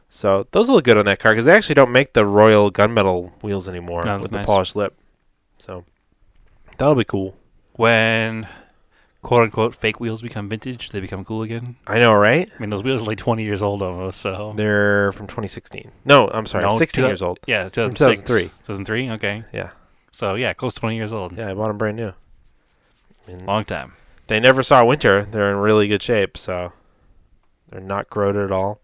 Speaker 1: So those look good on that car because they actually don't make the Royal Gunmetal wheels anymore
Speaker 2: No,
Speaker 1: with the
Speaker 2: nice.
Speaker 1: polished lip. So that'll be cool.
Speaker 2: When quote unquote fake wheels become vintage, they become cool again.
Speaker 1: I know, right?
Speaker 2: I mean, those wheels are like 20 years old almost. So
Speaker 1: They're from 2016. No, I'm sorry,
Speaker 2: No,
Speaker 1: 16
Speaker 2: two-
Speaker 1: years old.
Speaker 2: yeah, 2006.
Speaker 1: 2003.
Speaker 2: 2003. Okay.
Speaker 1: Yeah.
Speaker 2: So yeah, close to 20 years old.
Speaker 1: Yeah, I bought them brand new. I mean,
Speaker 2: Long time.
Speaker 1: they never saw winter. They're in really good shape, so they're not corroded at all.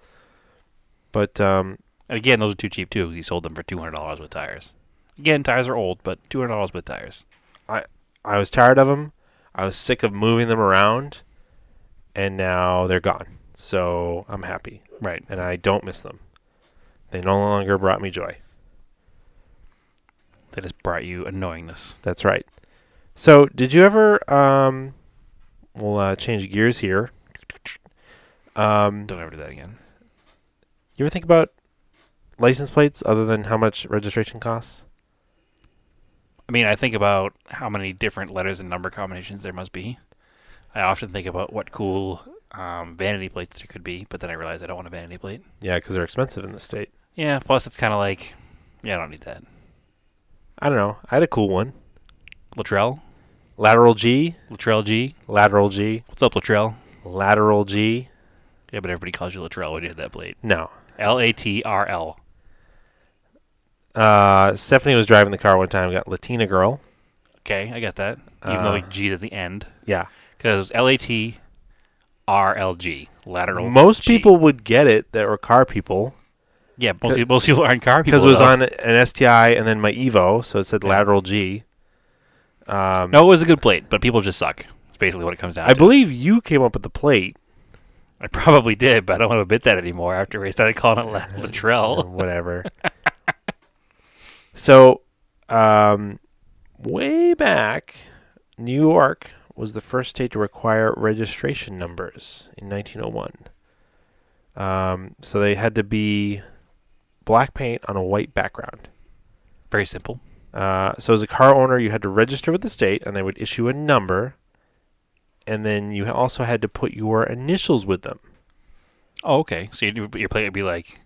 Speaker 1: But um,
Speaker 2: And again, those are too cheap too. 'cause He sold them for two hundred dollars with tires. Again, tires are old, but two hundred dollars with tires.
Speaker 1: I was tired of them. I was sick of moving them around, and now they're gone. So I'm happy,
Speaker 2: Right.
Speaker 1: and I don't miss them. They no longer brought me joy.
Speaker 2: That has brought you annoyingness.
Speaker 1: That's right. So, did you ever? Um, we'll uh, change gears here. Um,
Speaker 2: Don't ever do that again.
Speaker 1: you ever think about license plates other than how much registration costs?
Speaker 2: I mean, I think about how many different letters and number combinations there must be. I often think about what cool um, vanity plates there could be, but then I realize I don't want a vanity plate.
Speaker 1: Yeah, because they're expensive in the state.
Speaker 2: Yeah. Plus, it's kind of like, yeah, I don't need that.
Speaker 1: I don't know. I had a cool one.
Speaker 2: Latrell,
Speaker 1: Lateral G,
Speaker 2: Latrell G.
Speaker 1: lateral G,
Speaker 2: What's up, Latrell?
Speaker 1: lateral G.
Speaker 2: Yeah, but everybody calls you Latrell when you hit that plate.
Speaker 1: No.
Speaker 2: L A T R L.
Speaker 1: Uh, Stephanie was driving the car one time. Got Latina girl.
Speaker 2: Okay, I got that. Even though
Speaker 1: Uh.
Speaker 2: like G's at the end.
Speaker 1: Yeah.
Speaker 2: Because it was L A T R L G lateral.
Speaker 1: Most
Speaker 2: G.
Speaker 1: people would get it that were car people
Speaker 2: yeah, most, people- most people aren't car people
Speaker 1: because it was
Speaker 2: though.
Speaker 1: on an STI and then my Evo, so it said
Speaker 2: Yeah.
Speaker 1: lateral G. Um,
Speaker 2: No, it was a good plate, but people just suck. It's basically what it comes down
Speaker 1: I
Speaker 2: to.
Speaker 1: believe you came up with the plate.
Speaker 2: I probably did, but I don't want to admit that anymore. After we started calling it La- Latrell,
Speaker 1: Whatever. so, um, way back, New York was the first state to require registration numbers in 1901. Um, so they had to be black paint on a white background.
Speaker 2: very simple.
Speaker 1: Uh, so as a car owner, you had to register with the state, and they would issue a number, and then you also had to put your initials with them.
Speaker 2: Oh, okay. So you, your plate would be like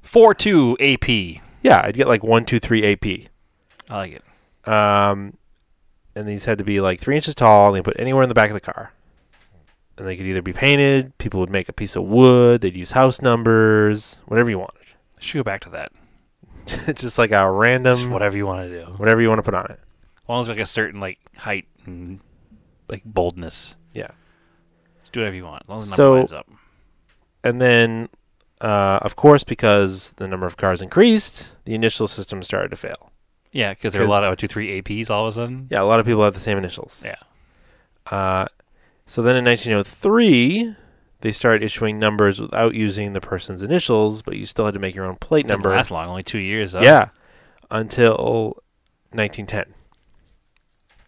Speaker 2: four two AP. I
Speaker 1: Yeah, I'd get like one, two, three AP.
Speaker 2: like it.
Speaker 1: Um, and these had to be like three inches tall, and they put anywhere in the back of the car. And they could either be painted. People would make a piece of wood. They'd use house numbers, whatever you wanted.
Speaker 2: Should go back to that.
Speaker 1: Just like a
Speaker 2: Just
Speaker 1: random
Speaker 2: whatever you want to do,
Speaker 1: whatever you want to put on it.
Speaker 2: as long as like a certain like height and like boldness.
Speaker 1: Yeah.
Speaker 2: Just do whatever you want. As long as the number
Speaker 1: So-
Speaker 2: lines up.
Speaker 1: And then, uh, of course, because the number of cars increased, the initial system started to fail.
Speaker 2: Yeah, because there are a
Speaker 1: 'Cause-
Speaker 2: lot of two three APs all of a sudden.
Speaker 1: Yeah, a lot of people have the same initials.
Speaker 2: Yeah.
Speaker 1: Uh, so then in 1903, they started issuing numbers without using the person's initials, but you still had to make your own plate
Speaker 2: Didn't
Speaker 1: number.
Speaker 2: last long, only two years. Though.
Speaker 1: Yeah, until 1910.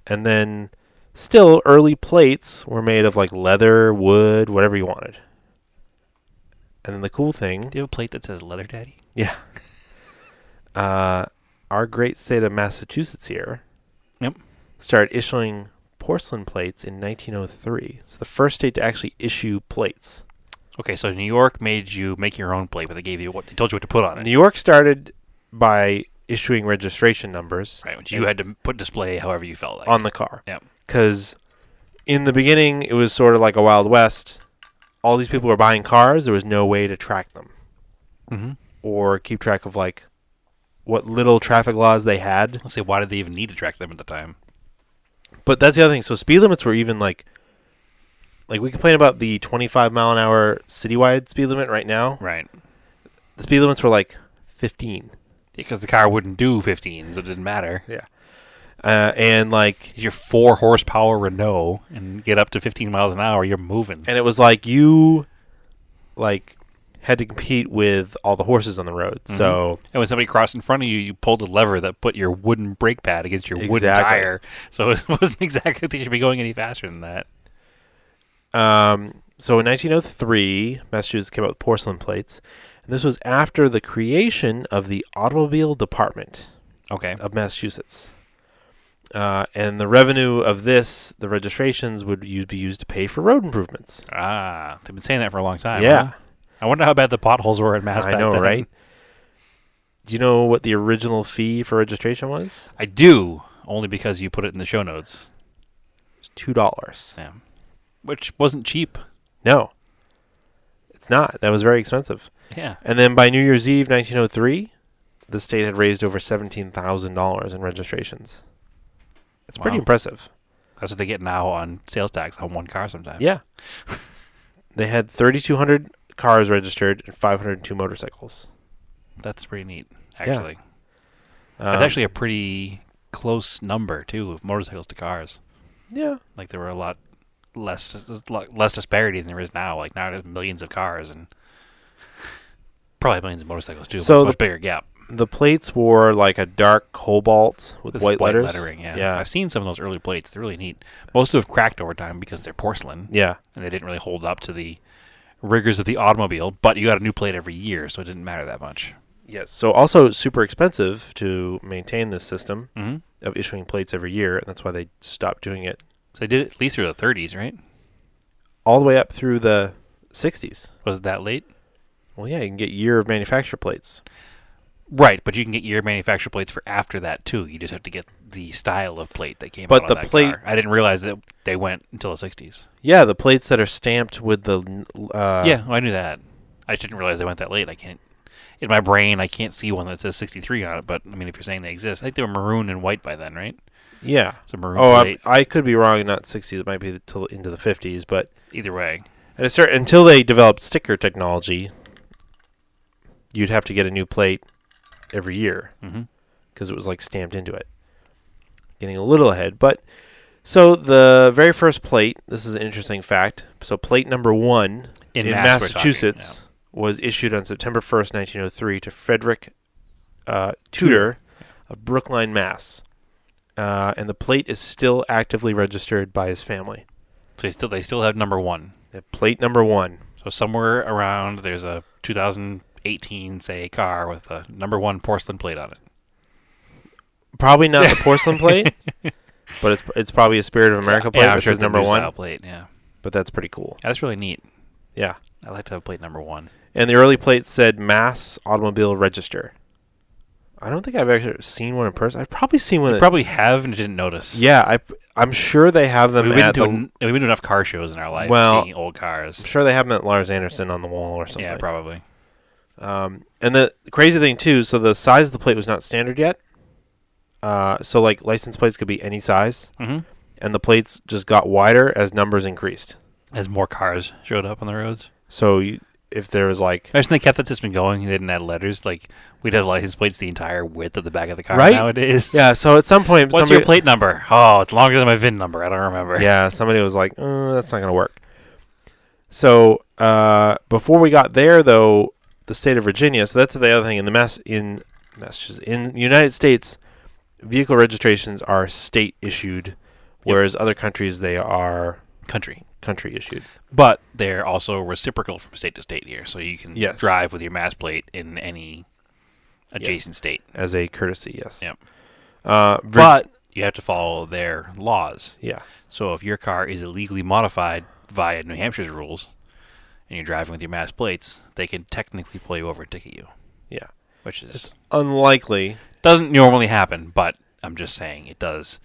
Speaker 1: And then still early plates were made of like leather, wood, whatever you wanted. And then the cool thing,
Speaker 2: Do you have a plate that says Leather Daddy?
Speaker 1: yeah. Uh, our great state of Massachusetts here
Speaker 2: Yep.
Speaker 1: started issuing porcelain plates in 1903. It's the first state to actually issue plates.
Speaker 2: Okay, so New York made you make your own plate, but they gave you what they told you what to put on it.
Speaker 1: New York started by issuing registration numbers
Speaker 2: right, which you had to put display however you felt like.
Speaker 1: on the car.
Speaker 2: Yep.
Speaker 1: because in the beginning it was sort of like a wild west all these people were buying cars there was no way to track them
Speaker 2: Mm-hmm.
Speaker 1: or keep track of like what little traffic laws they had
Speaker 2: Let's say, why did they even need to track them at the time?
Speaker 1: but that's the other thing so speed limits were even like like we complain about the 25 mile an hour citywide speed limit right now
Speaker 2: Right.
Speaker 1: the speed limits were like 15
Speaker 2: Because the car wouldn't do 15, so it didn't matter.
Speaker 1: uh, and like
Speaker 2: Your four horsepower Renault and get up to 15 miles an hour, you're moving.
Speaker 1: and it was like you like had to compete with all the horses on the road. So
Speaker 2: And when somebody crossed in front of you, you pulled a lever that put your wooden brake pad against your wooden
Speaker 1: Exactly.
Speaker 2: tire. So it wasn't exactly that you should be going any faster than that.
Speaker 1: Um, so in 1903, Massachusetts came up with porcelain plates, and this was after the creation of the automobile department
Speaker 2: Okay.
Speaker 1: of Massachusetts. Uh, and the revenue of this, the registrations would u- be used to pay for road improvements.
Speaker 2: Ah, they've been saying that for a long time.
Speaker 1: yeah,
Speaker 2: huh? I wonder how bad the potholes were in Mass.
Speaker 1: I
Speaker 2: back
Speaker 1: know,
Speaker 2: then.
Speaker 1: right? Do you know what the original fee for registration was?
Speaker 2: I do, only because you put it in the show notes,
Speaker 1: It's Two dollars.
Speaker 2: Sam. Which wasn't cheap.
Speaker 1: No, it's not. That was very expensive.
Speaker 2: Yeah.
Speaker 1: And then by New Year's Eve, 1903, the state had raised over $17,000 in registrations. It's pretty
Speaker 2: Wow.
Speaker 1: impressive.
Speaker 2: That's what they get now on sales tax on one car sometimes.
Speaker 1: Yeah. they had 3,200 cars registered and 502 motorcycles.
Speaker 2: That's pretty neat, actually.
Speaker 1: Um,
Speaker 2: That's actually a pretty close number, too, of motorcycles to cars.
Speaker 1: Yeah.
Speaker 2: Like, there were a lot less there's a lot less disparity than there is now. Like, now there's millions of cars and probably millions of motorcycles, too.
Speaker 1: So
Speaker 2: So, it's a
Speaker 1: the-
Speaker 2: much bigger gap.
Speaker 1: The plates were like a dark cobalt with,
Speaker 2: with
Speaker 1: white, letters.
Speaker 2: lettering, yeah.
Speaker 1: Yeah.
Speaker 2: I've seen some of those early plates. They're really neat. Most of them cracked over time because they're porcelain
Speaker 1: Yeah.
Speaker 2: and they didn't really hold up to the rigors of the automobile, but you got a new plate every year, so it didn't matter that much.
Speaker 1: Yes. So also super expensive to maintain this system
Speaker 2: Mm-hmm.
Speaker 1: of issuing plates every year, and that's why they stopped doing it
Speaker 2: So they did it at least through the 30s, right?
Speaker 1: all the way up through the 60s.
Speaker 2: Was it that late?
Speaker 1: Well, yeah, you can get year of manufacture plates.
Speaker 2: Right, but you can get your manufacturer plates for after that too. You just have to get the style of plate that came
Speaker 1: But
Speaker 2: out on
Speaker 1: the
Speaker 2: that
Speaker 1: plate-
Speaker 2: car. I didn't realize that they went until the 60s.
Speaker 1: Yeah, the plates that are stamped with the n- uh,
Speaker 2: yeah, well, I knew that. I just didn't realize they went that late. I can't in my brain I can't see one that says 63 on it, but I mean if you're saying they exist, I think they were maroon and white by then, right?
Speaker 1: yeah.
Speaker 2: It's a maroon
Speaker 1: Oh, I,
Speaker 2: plate.
Speaker 1: I could be wrong. Not sixties. It might be till into the fifties. But
Speaker 2: Either way.
Speaker 1: at a certain until they developed sticker technology, you'd have to get a new plate every year
Speaker 2: Mhm.
Speaker 1: because it was like stamped into it. Getting a little ahead, but so the very first plate. This is an interesting fact. So plate number one
Speaker 2: In
Speaker 1: in,
Speaker 2: Mass we're talking,
Speaker 1: Massachusetts was issued on September first, nineteen oh three, to Frederick uh, Tudor of Brookline, Mass. Uh, and the plate is still actively registered by his family.
Speaker 2: So they still they still have number 1.
Speaker 1: Yeah, Plate number one.
Speaker 2: So somewhere around there's a 2018 say car with a number 1 porcelain plate on it.
Speaker 1: Probably not the porcelain plate, but it's it's probably a Spirit of America plate.
Speaker 2: yeah, I'm
Speaker 1: that
Speaker 2: sure
Speaker 1: says
Speaker 2: it's a
Speaker 1: number
Speaker 2: new
Speaker 1: one,
Speaker 2: style plate, yeah.
Speaker 1: but that's pretty cool.
Speaker 2: That's really neat.
Speaker 1: Yeah.
Speaker 2: I'd like to have plate number one.
Speaker 1: And the early plate said Mass Automobile Register. I don't think I've actually seen one in person. I've probably seen one.
Speaker 2: You
Speaker 1: at-
Speaker 2: probably have and didn't notice.
Speaker 1: yeah, I I'm sure they have them
Speaker 2: We've been,
Speaker 1: at
Speaker 2: to
Speaker 1: the.
Speaker 2: en- we've been to enough car shows in our life,
Speaker 1: Well,
Speaker 2: seeing old
Speaker 1: I'm
Speaker 2: cars.
Speaker 1: sure they have them at Lars Anderson on the wall or something.
Speaker 2: Yeah, probably.
Speaker 1: Um, and the crazy thing too, so the size of the plate was not standard yet. Uh, so like license plates could be any size,
Speaker 2: hmm
Speaker 1: and the plates just got wider as numbers increased.
Speaker 2: As more cars showed up on the roads,
Speaker 1: So you, if there was like
Speaker 2: imagine they kept that system going. They didn't add letters. Like we'd have license plates the entire width of the back of the car
Speaker 1: Right?
Speaker 2: nowadays.
Speaker 1: yeah, so at some point
Speaker 2: What's
Speaker 1: somebody
Speaker 2: your plate number? Oh, it's longer than my VIN number. I don't remember.
Speaker 1: yeah somebody was like uh, that's not gonna work. So uh, before we got there though, the state of Virginia. So that's the other thing in the mass in Massachusetts in the United States, vehicle registrations are state issued, whereas other countries they are
Speaker 2: Country.
Speaker 1: country issued.
Speaker 2: But they're also reciprocal from state to state here, so you can
Speaker 1: Yes.
Speaker 2: drive with your mass plate in any adjacent state.
Speaker 1: as a courtesy. Yes.
Speaker 2: Yep.
Speaker 1: Uh, Vir-
Speaker 2: But you have to follow their laws.
Speaker 1: yeah,
Speaker 2: So if your car is illegally modified via New Hampshire's rules, and you're driving with your mass plates, they can technically pull you over and ticket you,
Speaker 1: yeah,
Speaker 2: which is
Speaker 1: unlikely.
Speaker 2: doesn't normally happen, but I'm just saying it does.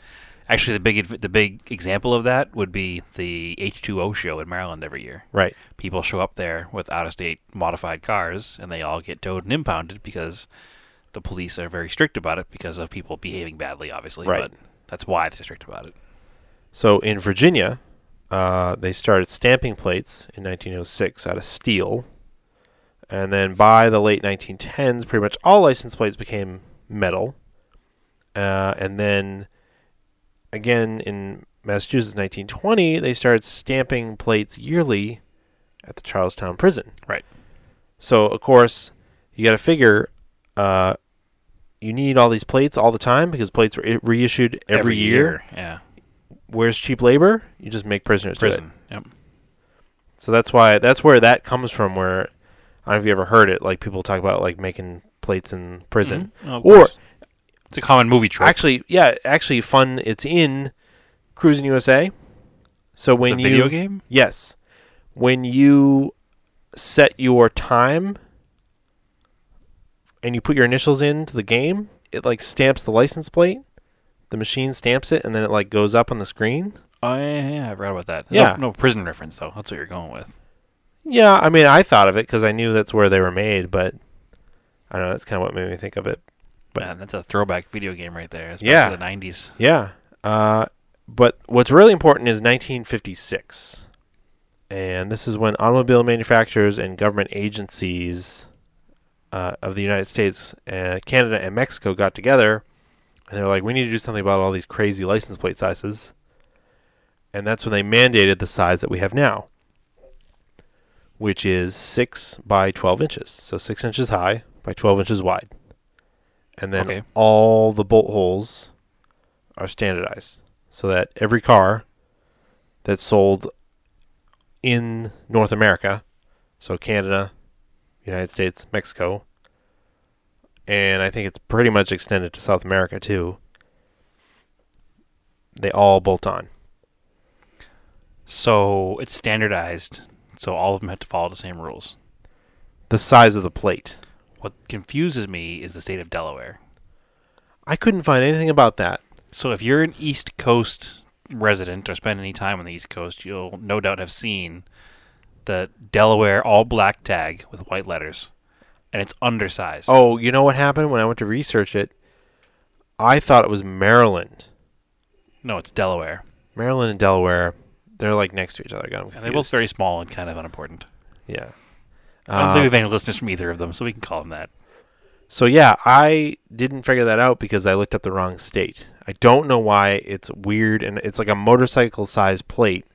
Speaker 2: Actually, the big adv- the big example of that would be the H2O show in Maryland every year.
Speaker 1: Right.
Speaker 2: People show up there with out of state modified cars, and they all get towed and impounded because the police are very strict about it because of people behaving badly, obviously.
Speaker 1: Right.
Speaker 2: But that's why they're strict about it.
Speaker 1: So in Virginia, uh, they started stamping plates in 1906 out of steel, and then by the late 1910s, pretty much all license plates became metal. Uh, and then again in Massachusetts 1920, they started stamping plates yearly at the Charlestown prison.
Speaker 2: Right.
Speaker 1: So, of course, you got to figure uh, you need all these plates all the time because plates were i- reissued every, year.
Speaker 2: Yeah.
Speaker 1: Where's cheap labor? You just make prisoners do it.
Speaker 2: Prison. Yep.
Speaker 1: So that's why that's where that comes from. Where I don't know if you ever heard it. Like people talk about like making plates in prison.
Speaker 2: Mhm. Oh, of
Speaker 1: Or-
Speaker 2: course. it's a common movie trope.
Speaker 1: Actually, yeah, actually, fun. It's in Cruising USA. So
Speaker 2: the
Speaker 1: when you
Speaker 2: video game.
Speaker 1: yes, when you set your time and you put your initials into the game, it like stamps the license plate. The machine stamps it, and then it like goes up on the screen.
Speaker 2: Oh yeah, yeah, yeah, I read about that.
Speaker 1: Yeah.
Speaker 2: No, no prison reference though. That's what you're going with.
Speaker 1: Yeah, I mean, I thought of it because I knew that's where they were made, but I don't know. That's kind of what made me think of it. But-
Speaker 2: Man, that's a throwback video game right there. especially
Speaker 1: Yeah.
Speaker 2: The '90s.
Speaker 1: Yeah. Uh, but what's really important is 1956. And this is when automobile manufacturers and government agencies uh, of the United States, uh, Canada, and Mexico got together. And they're like, we need to do something about all these crazy license plate sizes. And that's when they mandated the size that we have now, which is 6 by 12 inches. So 6 inches high by 12 inches wide. And then
Speaker 2: Okay.
Speaker 1: all the bolt holes are standardized so that every car that's sold in North America, so Canada, United States, Mexico, and I think it's pretty much extended to South America too. They all bolt on.
Speaker 2: So it's standardized. So all of them have to follow the same rules.
Speaker 1: The size of the plate.
Speaker 2: What confuses me is the state of Delaware.
Speaker 1: I couldn't find anything about that.
Speaker 2: So if you're an East Coast resident or spend any time on the East Coast, you'll no doubt have seen the Delaware all black tag with white letters, and it's undersized.
Speaker 1: Oh, you know what happened when I went to research it? I thought it was Maryland.
Speaker 2: no, it's Delaware,
Speaker 1: Maryland and Delaware, they're like next to each other. I got 'em
Speaker 2: and they're both
Speaker 1: confused.
Speaker 2: very small and kind of unimportant.
Speaker 1: Yeah.
Speaker 2: I don't think
Speaker 1: Uh,
Speaker 2: we have any listeners from either of them, so we can call them that.
Speaker 1: So yeah, I didn't figure that out because I looked up the wrong state. I don't know why it's weird and it's like a motorcycle size plate.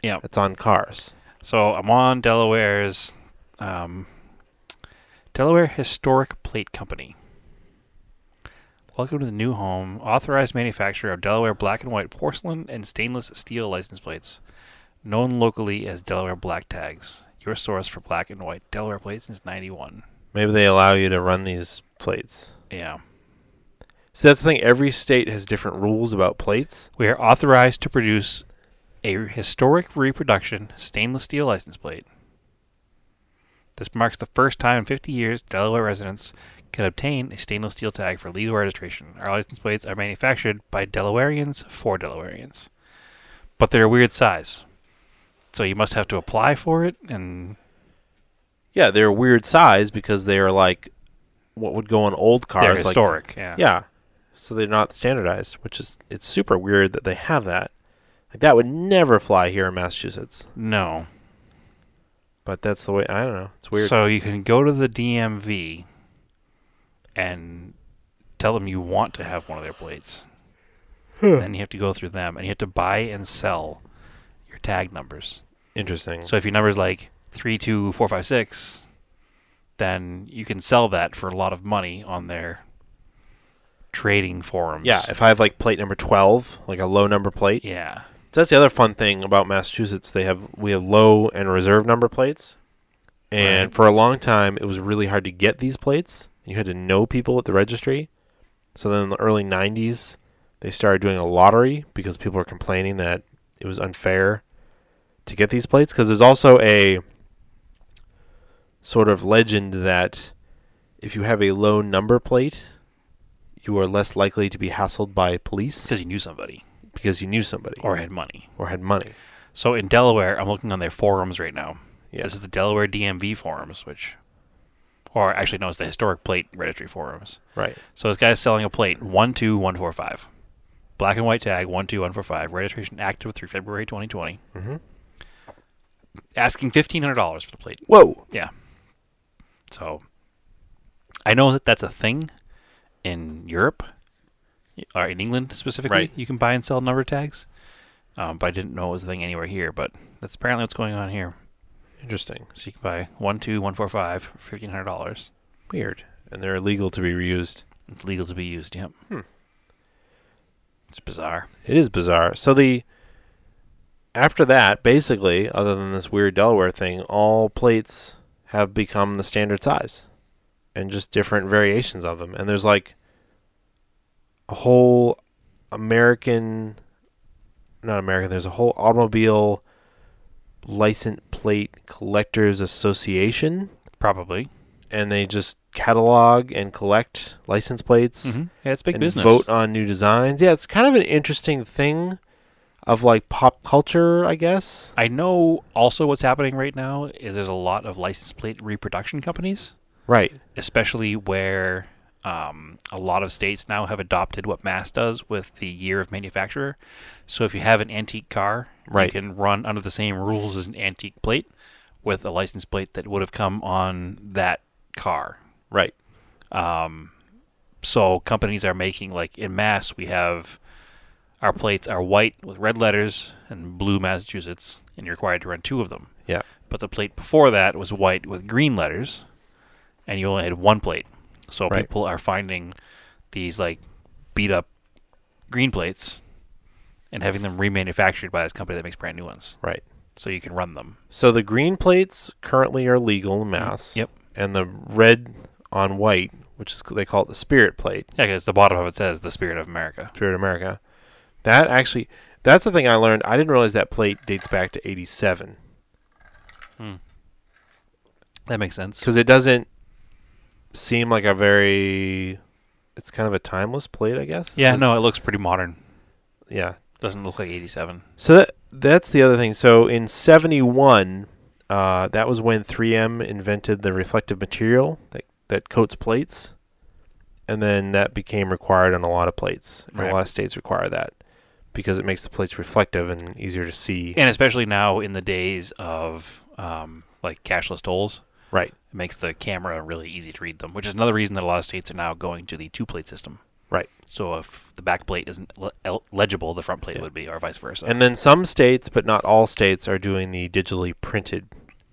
Speaker 2: Yeah.
Speaker 1: It's on cars.
Speaker 2: So I'm on Delaware's um, Delaware Historic Plate Company. Welcome to the new home, authorized manufacturer of Delaware black and white porcelain and stainless steel license plates, known locally as Delaware Black Tags. Your source for black and white Delaware plates since '91.
Speaker 1: Maybe they allow you to run these plates.
Speaker 2: Yeah,
Speaker 1: So that's the thing, every state has different rules about plates.
Speaker 2: we are authorized to produce a historic reproduction stainless steel license plate. This marks the first time in 50 years Delaware residents can obtain a stainless steel tag for legal registration. Our license plates are manufactured by Delawareans for Delawareans, but they're a weird size. So you must have to apply for it, and
Speaker 1: Yeah, they're a weird size because they're like what would go on old cars
Speaker 2: they're
Speaker 1: like-
Speaker 2: historic. yeah.
Speaker 1: yeah. So they're not standardized, which is it's super weird that they have that. Like that would never fly here in Massachusetts.
Speaker 2: No.
Speaker 1: But that's the way I don't know. It's weird.
Speaker 2: So you can go to the DMV and tell them you want to have one of their plates. Then you have to go through them and you have to buy and sell your tag numbers.
Speaker 1: Interesting.
Speaker 2: So if your number's like 32456, then you can sell that for a lot of money on their trading forums.
Speaker 1: Yeah, if I have like plate number twelve, like a low number plate.
Speaker 2: yeah.
Speaker 1: So that's the other fun thing about Massachusetts. They have we have low and reserve number plates, and
Speaker 2: Right.
Speaker 1: for a long time it was really hard to get these plates. You had to know people at the registry. So then in the early '90s, they started doing a lottery because people were complaining that it was unfair to get these plates because there's also a sort of legend that if you have a low number plate, you are less likely to be hassled by police
Speaker 2: Because you knew somebody
Speaker 1: because you knew somebody
Speaker 2: or had money.
Speaker 1: or had money.
Speaker 2: So in Delaware, I'm looking on their forums right now.
Speaker 1: Yeah.
Speaker 2: This is the Delaware DMV forums, which, or actually, no, it's the historic plate registry forums.
Speaker 1: Right.
Speaker 2: So this guy's selling a plate one two one four five, black and white tag one two one four five, registration active through February 2020.
Speaker 1: Mhm.
Speaker 2: Asking fifteen hundred dollars for the plate.
Speaker 1: Whoa.
Speaker 2: Yeah. So I know that that's a thing in Europe, or in England specifically,
Speaker 1: Right.
Speaker 2: you can buy and sell number tags. Um, but I didn't know it was a thing anywhere here. But that's apparently what's going on here.
Speaker 1: Interesting.
Speaker 2: So you can buy one two one four five for fifteen hundred dollars.
Speaker 1: Weird. And they're illegal to be reused.
Speaker 2: It's legal to be used. Yep.
Speaker 1: Hmm.
Speaker 2: It's bizarre.
Speaker 1: It is bizarre. So the after that, basically, other than this weird Delaware thing, all plates have become the standard size and just different variations of them. And there's like a whole American not American, there's a whole automobile license plate collectors association
Speaker 2: Probably.
Speaker 1: and they just catalog and collect license plates
Speaker 2: hmm Yeah, it's big
Speaker 1: and
Speaker 2: business.
Speaker 1: vote on new designs. Yeah, it's kind of an interesting thing of like pop culture, I guess.
Speaker 2: I know. Also, what's happening right now is there's a lot of license plate reproduction companies.
Speaker 1: Right.
Speaker 2: especially where um, a lot of states now have adopted what Mass does with the year of manufacturer. So if you have an antique car,
Speaker 1: Right.
Speaker 2: you can run under the same rules as an antique plate with a license plate that would have come on that car.
Speaker 1: Right.
Speaker 2: Um, so companies are making like in Mass we have our plates are white with red letters and blue Massachusetts, and you're required to run two of them.
Speaker 1: Yeah.
Speaker 2: But the plate before that was white with green letters, and you only had one plate. So
Speaker 1: Right.
Speaker 2: people are finding these like beat up green plates and having them remanufactured by this company that makes brand new ones.
Speaker 1: Right.
Speaker 2: So you can run them.
Speaker 1: So the green plates currently are legal in Mass.
Speaker 2: Mm-hmm. Yep.
Speaker 1: And the red on white, which is they call it the Spirit plate,
Speaker 2: Yeah, because the bottom of it says the spirit of America.
Speaker 1: Spirit America. That actually, that's the thing I learned. I didn't realize that plate dates back to '87
Speaker 2: Hmm. That makes sense.
Speaker 1: because it doesn't seem like a very. It's kind of a timeless plate, I guess. It's
Speaker 2: Yeah,
Speaker 1: just-
Speaker 2: no, it looks pretty modern.
Speaker 1: Yeah.
Speaker 2: Doesn't look like 87.
Speaker 1: So that that's the other thing. So in '71, uh, that was when 3M invented the reflective material that that coats plates, and then that became required on a lot of plates. And
Speaker 2: Right.
Speaker 1: A lot of states require that because it makes the plates reflective and easier to see.
Speaker 2: And especially now in the days of um, like cashless tolls,
Speaker 1: Right.
Speaker 2: it makes the camera really easy to read them, which is another reason that a lot of states are now going to the two plate system.
Speaker 1: Right.
Speaker 2: So if the back plate isn't le- el- legible, the front plate
Speaker 1: Yeah.
Speaker 2: would be, or vice versa.
Speaker 1: And then some states, but not all states, are doing the digitally printed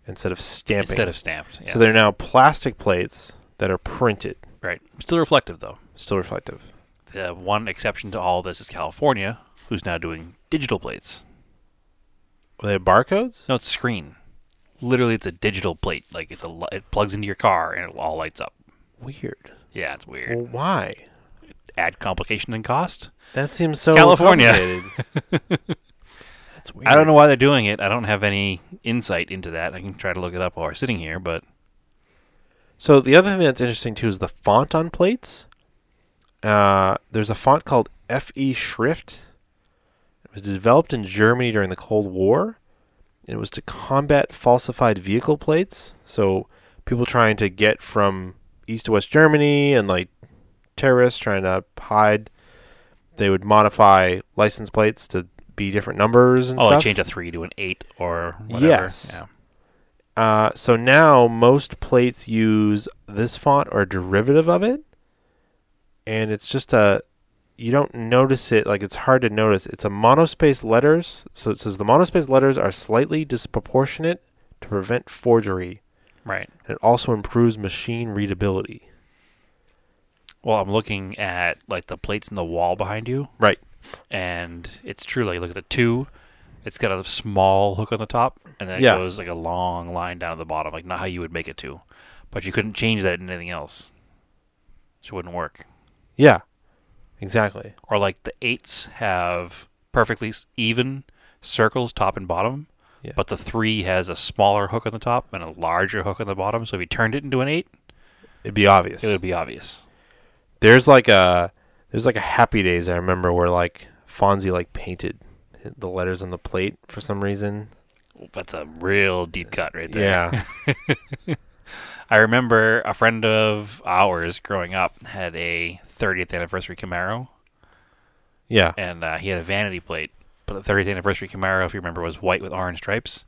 Speaker 1: instead of stamping.
Speaker 2: instead of stamped. Yeah.
Speaker 1: So they're now plastic plates that are printed,
Speaker 2: right. Still reflective though.
Speaker 1: still reflective.
Speaker 2: The one exception to all this is California, who's now doing digital plates.
Speaker 1: Are they barcodes?
Speaker 2: No, it's screen. Literally, it's a digital plate. Like it's a, li- it plugs into your car and it all lights up.
Speaker 1: Weird.
Speaker 2: Yeah, it's weird.
Speaker 1: Well, why?
Speaker 2: Add complication and cost.
Speaker 1: That seems so
Speaker 2: California.
Speaker 1: complicated. That's weird.
Speaker 2: I don't know why they're doing it. I don't have any insight into that. I can try to look it up while we're sitting here, but
Speaker 1: So the other thing that's interesting too is the font on plates. Uh, there's a font called FE Schrift. It was developed in Germany during the Cold War. It was to combat falsified vehicle plates. So people trying to get from east to west Germany and like terrorists trying to hide, they would modify license plates to be different numbers and
Speaker 2: oh,
Speaker 1: stuff.
Speaker 2: I change a three to an eight or whatever.
Speaker 1: Yes.
Speaker 2: Yeah.
Speaker 1: Uh, so now most plates use this font or a derivative of it, and it's just a you don't notice it like it's hard to notice. It's a monospace letters, so it says the monospace letters are slightly disproportionate to prevent forgery,
Speaker 2: Right.
Speaker 1: and it also improves machine readability.
Speaker 2: Well, I'm looking at like the plates in the wall behind you,
Speaker 1: Right.
Speaker 2: and it's true. Like, look at the two. It's got a small hook on the top, and then it
Speaker 1: Yeah.
Speaker 2: goes like a long line down at the bottom. Like, not how you would make it to, but you couldn't change that in anything else. So it wouldn't work.
Speaker 1: Yeah, exactly.
Speaker 2: or like the eights have perfectly s- even circles top and bottom
Speaker 1: Yeah.
Speaker 2: but the three has a smaller hook on the top and a larger hook on the bottom so if you turned it into an eight
Speaker 1: It'd be obvious.
Speaker 2: it would be obvious
Speaker 1: there's like a there's like a happy days I remember where like Fonzie like painted the letters on the plate for some reason.
Speaker 2: that's a real deep cut right there
Speaker 1: Yeah.
Speaker 2: i remember a friend of ours growing up had a 30th anniversary camaro
Speaker 1: Yeah.
Speaker 2: and uh, he had a vanity plate but the 30th anniversary camaro if you remember was white with orange stripes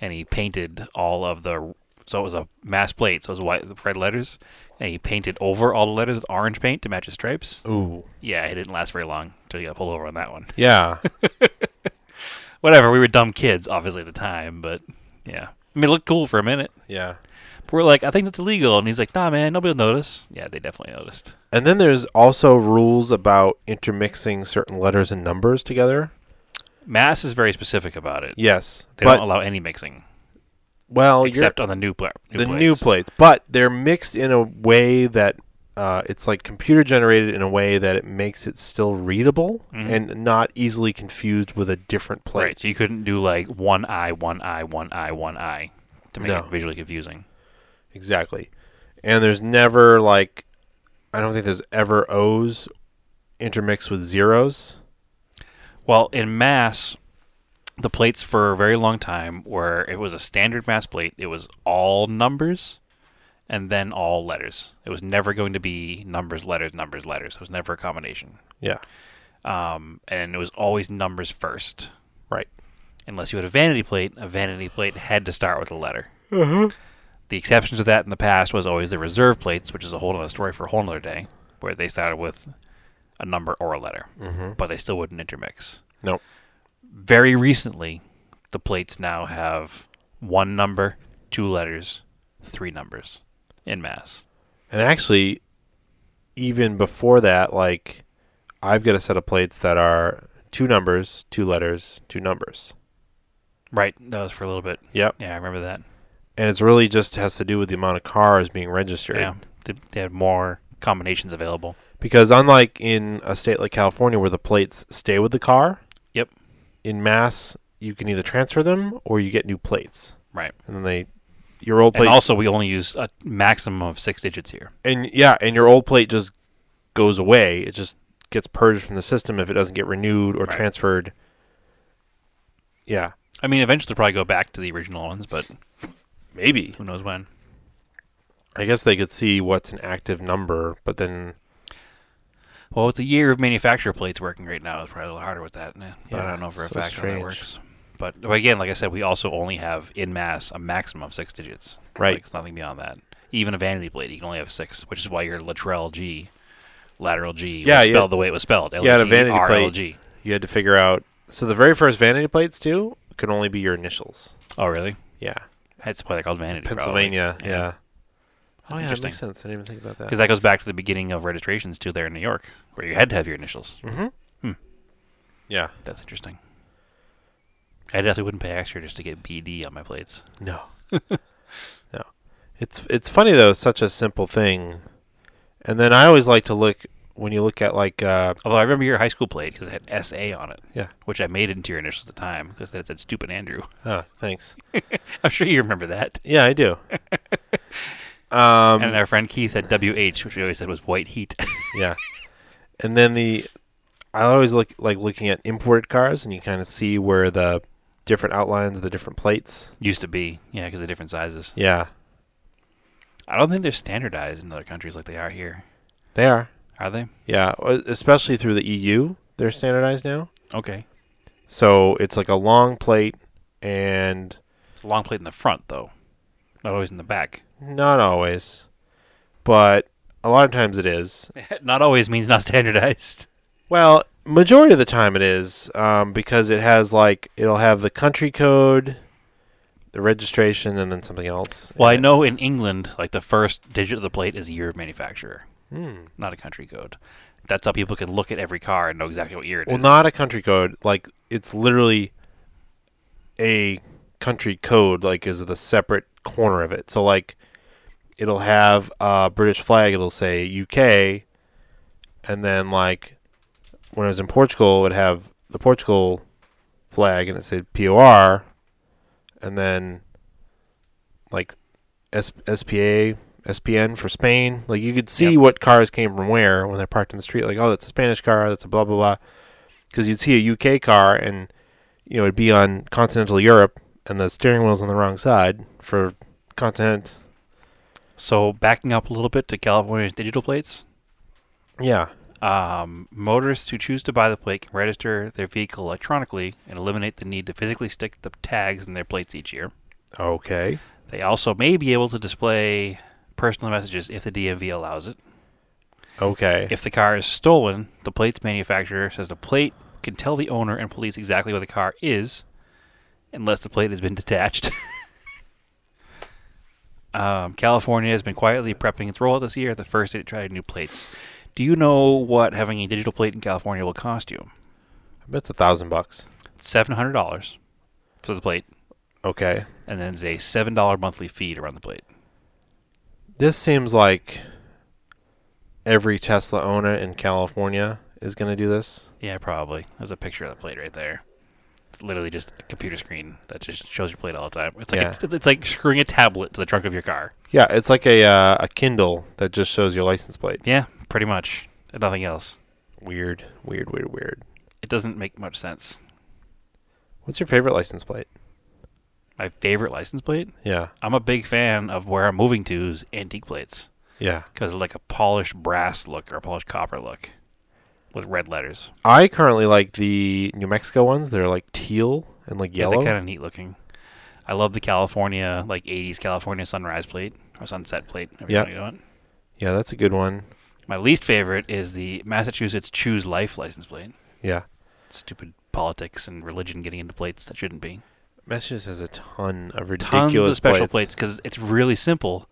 Speaker 2: and he painted all of the r- So it was a mass plate. So it was white, with red letters, and he painted over all the letters with orange paint to match his stripes.
Speaker 1: Ooh.
Speaker 2: Yeah, it didn't last very long until he got pulled over on that one.
Speaker 1: Yeah.
Speaker 2: Whatever, we were dumb kids, obviously at the time, but yeah, I mean, it looked cool for a minute.
Speaker 1: yeah.
Speaker 2: But we're like, I think that's illegal, and he's like, Nah, man, nobody'll notice. Yeah, they definitely noticed.
Speaker 1: And then there's also rules about intermixing certain letters and numbers together.
Speaker 2: Mass is very specific about it.
Speaker 1: Yes.
Speaker 2: They
Speaker 1: but
Speaker 2: don't allow any mixing
Speaker 1: well, you're-
Speaker 2: except on the new, pla- new
Speaker 1: the
Speaker 2: plates.
Speaker 1: new plates, but they're mixed in a way that uh, it's like computer generated in a way that it makes it still readable
Speaker 2: Mhm.
Speaker 1: and not easily confused with a different plate.
Speaker 2: Right, so you couldn't do like one eye, one eye, one eye, one eye to make
Speaker 1: No.
Speaker 2: it visually confusing.
Speaker 1: Exactly. And there's never like I don't think there's ever O's intermixed with zeros.
Speaker 2: Well, in mass, the plates for a very long time were it was a standard mass plate. It was all numbers and then all letters. It was never going to be numbers, letters, numbers, letters. It was never a combination.
Speaker 1: Yeah.
Speaker 2: Um, and it was always numbers first.
Speaker 1: Right.
Speaker 2: Unless you had a vanity plate, a vanity plate had to start with a letter. The exception to that in the past was always the reserve plates, which is a whole other story for a whole other day, where they started with a number or a letter,
Speaker 1: Mm-hmm.
Speaker 2: but they still wouldn't intermix.
Speaker 1: Nope.
Speaker 2: Very recently, the plates now have one number, two letters, three numbers in mass.
Speaker 1: And actually, even before that, like I've got a set of plates that are two numbers, two letters, two numbers.
Speaker 2: Right, that was for a little bit.
Speaker 1: Yep.
Speaker 2: Yeah, I remember that.
Speaker 1: And it's really just has to do with the amount of cars being registered.
Speaker 2: Yeah, they, they had more combinations available.
Speaker 1: Because unlike in a state like California where the plates stay with the car,
Speaker 2: Yep.
Speaker 1: In mass, you can either transfer them or you get new plates.
Speaker 2: Right.
Speaker 1: And then they your old plate
Speaker 2: And also, we only use a maximum of six digits here.
Speaker 1: and yeah, and your old plate just goes away. It just gets purged from the system if it doesn't get renewed or
Speaker 2: Right.
Speaker 1: transferred. Yeah,
Speaker 2: I mean, eventually they'll probably go back to the original ones, but
Speaker 1: maybe.
Speaker 2: who knows when.
Speaker 1: I guess they could see what's an active number, but then
Speaker 2: Well, with the year of manufacturer plates working right now, it's probably a little harder with that. eh, but I
Speaker 1: Yeah,
Speaker 2: don't know for a
Speaker 1: so
Speaker 2: fact how that
Speaker 1: strange.
Speaker 2: works. But, but again, like I said, we also only have in mass a maximum of six digits.
Speaker 1: Right.
Speaker 2: Like, it's nothing beyond that. Even a vanity plate, you can only have six, which is why your lateral G, lateral G,
Speaker 1: Yeah,
Speaker 2: was
Speaker 1: yeah.
Speaker 2: spelled the way it was spelled. E
Speaker 1: You had a vanity plate.
Speaker 2: LGRLG.
Speaker 1: you had to figure out. So the very first vanity plates too could only be your initials.
Speaker 2: Oh, really?
Speaker 1: Yeah,
Speaker 2: That's why they're called vanity. probably.
Speaker 1: Pennsylvania. Yeah. Oh yeah, that
Speaker 2: interesting.
Speaker 1: makes sense. I didn't even think about that.
Speaker 2: Because that goes back to the beginning of registrations too, there in New York, where you had to have your initials.
Speaker 1: Mm-hmm.
Speaker 2: Hmm.
Speaker 1: Yeah.
Speaker 2: That's interesting. I definitely wouldn't pay extra just to get BD on my plates.
Speaker 1: No. no. It's it's funny though, such a simple thing. And then I always like to look when you look at like uh
Speaker 2: Although I remember your high school plate because it had SA on it.
Speaker 1: Yeah.
Speaker 2: Which I made into your initials at the time because then it said "Stupid Andrew."
Speaker 1: oh, thanks.
Speaker 2: I'm sure you remember that.
Speaker 1: Yeah, I do.
Speaker 2: and
Speaker 1: um
Speaker 2: our friend Keith had WH, which we always said was white heat.
Speaker 1: yeah. And then the I always look like looking at imported cars and you kind of see where the different outlines of the different plates.
Speaker 2: Used to be, yeah, because of different sizes.
Speaker 1: Yeah.
Speaker 2: I don't think they're standardized in other countries like they are here.
Speaker 1: They are.
Speaker 2: Are they?
Speaker 1: Yeah, e- especially through the EU, they're standardized now.
Speaker 2: Okay.
Speaker 1: So it's like a long plate and
Speaker 2: It's a long plate in the front though, not always in the back.
Speaker 1: Not always, but a lot of times it is.
Speaker 2: not always means not standardized.
Speaker 1: Well, majority of the time it is um, because it has like it'll have the country code, the registration, and then something else.
Speaker 2: Well, I
Speaker 1: And-
Speaker 2: know in England, like the first digit of the plate is year of manufacturer,
Speaker 1: Hmm.
Speaker 2: not a country code. That's how people can look at every car and know exactly what year it is.
Speaker 1: Well, not a country code. Like it's literally a country code. Like is the separate corner of it. So like it'll have a British flag. It'll say UK, and then like when I was in Portugal, it would have the Portugal flag, and it said POR, and then like S- SPA. SPN for Spain. Like you could see
Speaker 2: Yep.
Speaker 1: what cars came from where when they're parked in the street. Like, oh, that's a Spanish car. That's a blah blah blah because you'd see a UK car and you know it'd be on continental Europe and the steering wheel's on the wrong side for continent.
Speaker 2: So backing up a little bit to California's digital plates,
Speaker 1: Yeah,
Speaker 2: um, motorists who choose to buy the plate can register their vehicle electronically and eliminate the need to physically stick the tags in their plates each year.
Speaker 1: okay.
Speaker 2: They also may be able to display personal messages if the DMV allows it.
Speaker 1: Okay.
Speaker 2: If the car is stolen, the plate's manufacturer says the plate can tell the owner and police exactly where the car is, unless the plate has been detached. um, California has been quietly prepping its rollout this year. The first it tried new plates. Do you know what having a digital plate in California will cost you?
Speaker 1: I bet it's a thousand bucks.
Speaker 2: Seven hundred dollars for the plate,
Speaker 1: Okay.
Speaker 2: and then it's a seven dollar monthly fee to run the plate.
Speaker 1: This seems like every Tesla owner in California is going to do this.
Speaker 2: Yeah, probably. There's a picture of the plate right there. It's literally just a computer screen that just shows your plate all the time. It's like
Speaker 1: Yeah.
Speaker 2: a, it's, it's like screwing a tablet to the trunk of your car.
Speaker 1: Yeah, it's like a uh, a Kindle that just shows your license plate.
Speaker 2: Yeah, pretty much. And Nothing else.
Speaker 1: Weird, weird, weird, weird.
Speaker 2: It doesn't make much sense.
Speaker 1: What's your favorite license plate?
Speaker 2: My favorite license plate.
Speaker 1: Yeah,
Speaker 2: I'm a big fan of where I'm moving to's antique plates
Speaker 1: yeah.
Speaker 2: because like a polished brass look or a polished copper look with red letters.
Speaker 1: I currently like the New Mexico ones. They're like teal and like
Speaker 2: Yeah,
Speaker 1: yellow.
Speaker 2: they're kind of neat looking. I love the California like '80s California sunrise plate or sunset plate. however you
Speaker 1: Yeah.
Speaker 2: wanna do it.
Speaker 1: yeah, that's a good one.
Speaker 2: My least favorite is the Massachusetts Choose Life license plate.
Speaker 1: Yeah,
Speaker 2: Stupid politics and religion getting into plates that shouldn't be.
Speaker 1: Massachusetts has a ton of ridiculous
Speaker 2: Tons of special
Speaker 1: plates.
Speaker 2: plates because it's really simple.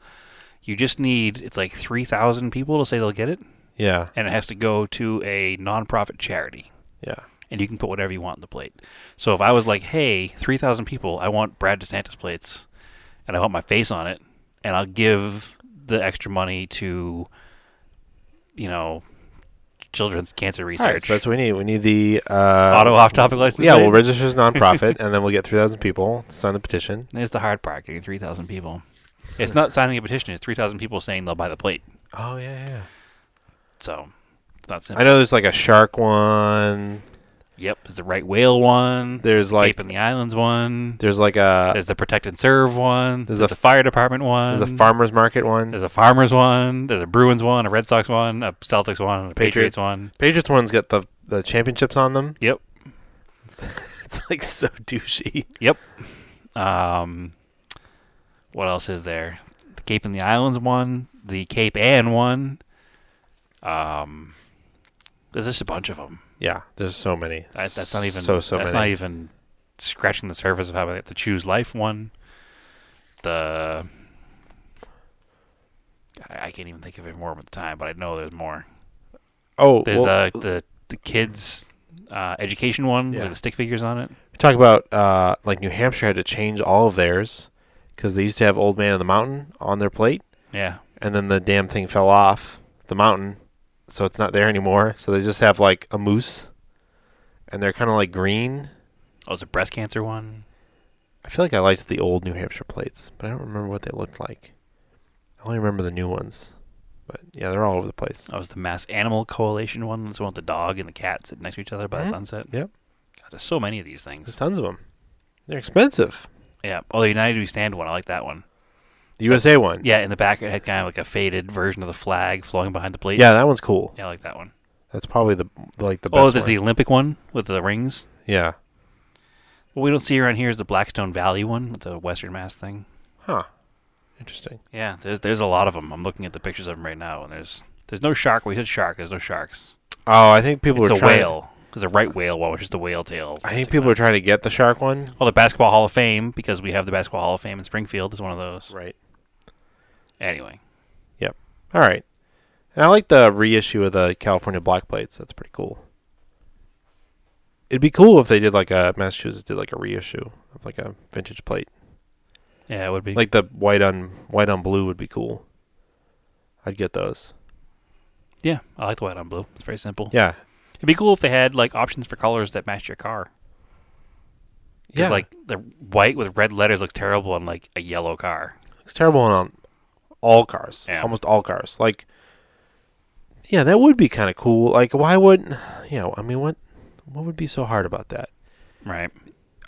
Speaker 2: You just need it's like three thousand people to say they'll get it,
Speaker 1: Yeah,
Speaker 2: and it has to go to a nonprofit charity,
Speaker 1: yeah,
Speaker 2: and you can put whatever you want on the plate. So if I was like, "Hey, three thousand people, I want Brad DeSantis plates, and I want my face on it, and I'll give the extra money to, you know, children's cancer research."
Speaker 1: All right, so that's what we need. We need the uh, auto
Speaker 2: auto off topic license.
Speaker 1: Yeah,
Speaker 2: plate?
Speaker 1: we'll register as a nonprofit, and then we'll get three thousand people to sign the petition.
Speaker 2: It's the hard part getting 3,000 people. It's not signing a petition, it's 3,000 people saying they'll buy the plate.
Speaker 1: Oh yeah, yeah, yeah.
Speaker 2: So it's not simple.
Speaker 1: I know there's like a shark one.
Speaker 2: Yep, there's the right whale one, the
Speaker 1: There's like
Speaker 2: Cape in the Islands one,
Speaker 1: there's like a
Speaker 2: there's the protect and serve one,
Speaker 1: There's
Speaker 2: there's,
Speaker 1: a
Speaker 2: the fire department one,
Speaker 1: there's a farmers market one.
Speaker 2: there's a farmers one, there's a Bruins one, a Red Sox one, a Celtics one, and a
Speaker 1: Patriots.
Speaker 2: Patriots, one.
Speaker 1: Patriots ones got the the championships on them.
Speaker 2: Yep.
Speaker 1: It's like so douchey.
Speaker 2: Um, what else is there? The Cape in the Islands one, the Cape Ann one. Um, there's just a bunch of them.
Speaker 1: Yeah, there's so many.
Speaker 2: That, that's not even
Speaker 1: so so
Speaker 2: that's not
Speaker 1: many.
Speaker 2: even scratching the surface of how they have to choose life one. The God, I, I can't even think of it more at the time, but I know there's more.
Speaker 1: oh,
Speaker 2: There's
Speaker 1: well,
Speaker 2: the, the the kids uh, education one
Speaker 1: Yeah.
Speaker 2: with the stick figures on it.
Speaker 1: we talk about uh, like New Hampshire had to change all of theirs because they used to have Old Man of the Mountain on their plate,
Speaker 2: Yeah,
Speaker 1: and then the damn thing fell off the mountain, so it's not there anymore. So they just have like a moose, and they're kind of like green.
Speaker 2: oh, it's a breast cancer one.
Speaker 1: I feel like I liked the old New Hampshire plates, but I don't remember what they looked like. I only remember the new ones. But yeah, they're all over the place.
Speaker 2: That was Oh, the Mass Animal Coalition one. That's the one with the dog and the cat sitting next to each other by
Speaker 1: Mhm.
Speaker 2: the sunset.
Speaker 1: Yep.
Speaker 2: God, there's so many of these things.
Speaker 1: There's tons of them. They're expensive.
Speaker 2: Yeah. Oh, the United We Stand one. I like that one.
Speaker 1: The USA one.
Speaker 2: Yeah, in the back it had kind of like a faded version of the flag flowing behind the plate.
Speaker 1: Yeah, that one's cool.
Speaker 2: Yeah, I like that one.
Speaker 1: That's probably the like the best.
Speaker 2: oh, there's
Speaker 1: one.
Speaker 2: the Olympic one with the rings.
Speaker 1: yeah.
Speaker 2: What we don't see around here is the Blackstone Valley one. It's a Western Mass thing.
Speaker 1: Huh. Interesting.
Speaker 2: Yeah, there's there's a lot of them. I'm looking at the pictures of them right now, and there's there's no shark. We said shark. There's no sharks.
Speaker 1: Oh, I think people
Speaker 2: It's
Speaker 1: are
Speaker 2: a
Speaker 1: trying.
Speaker 2: whale. There's a right whale one, which is the whale tail.
Speaker 1: I think people are trying to get the shark one.
Speaker 2: Well, the Basketball Hall of Fame because we have the Basketball Hall of Fame in Springfield is one of those.
Speaker 1: Right.
Speaker 2: Anyway,
Speaker 1: All right. And I like the reissue of the California black plates. That's pretty cool. It'd be cool if they did like a Massachusetts did like a reissue of like a vintage plate.
Speaker 2: yeah, it would be.
Speaker 1: Like the white on white on blue would be cool. I'd get those.
Speaker 2: yeah, I like the white on blue. It's very simple.
Speaker 1: Yeah.
Speaker 2: It'd be cool if they had like options for colors that match your car. Because
Speaker 1: Yeah.
Speaker 2: like the white with red letters looks terrible on like a yellow car.
Speaker 1: It's terrible on all cars.
Speaker 2: Yeah.
Speaker 1: Almost all cars. Like Yeah, that would be kind of cool. Like why would yeah, I mean what what would be so hard about that?
Speaker 2: Right.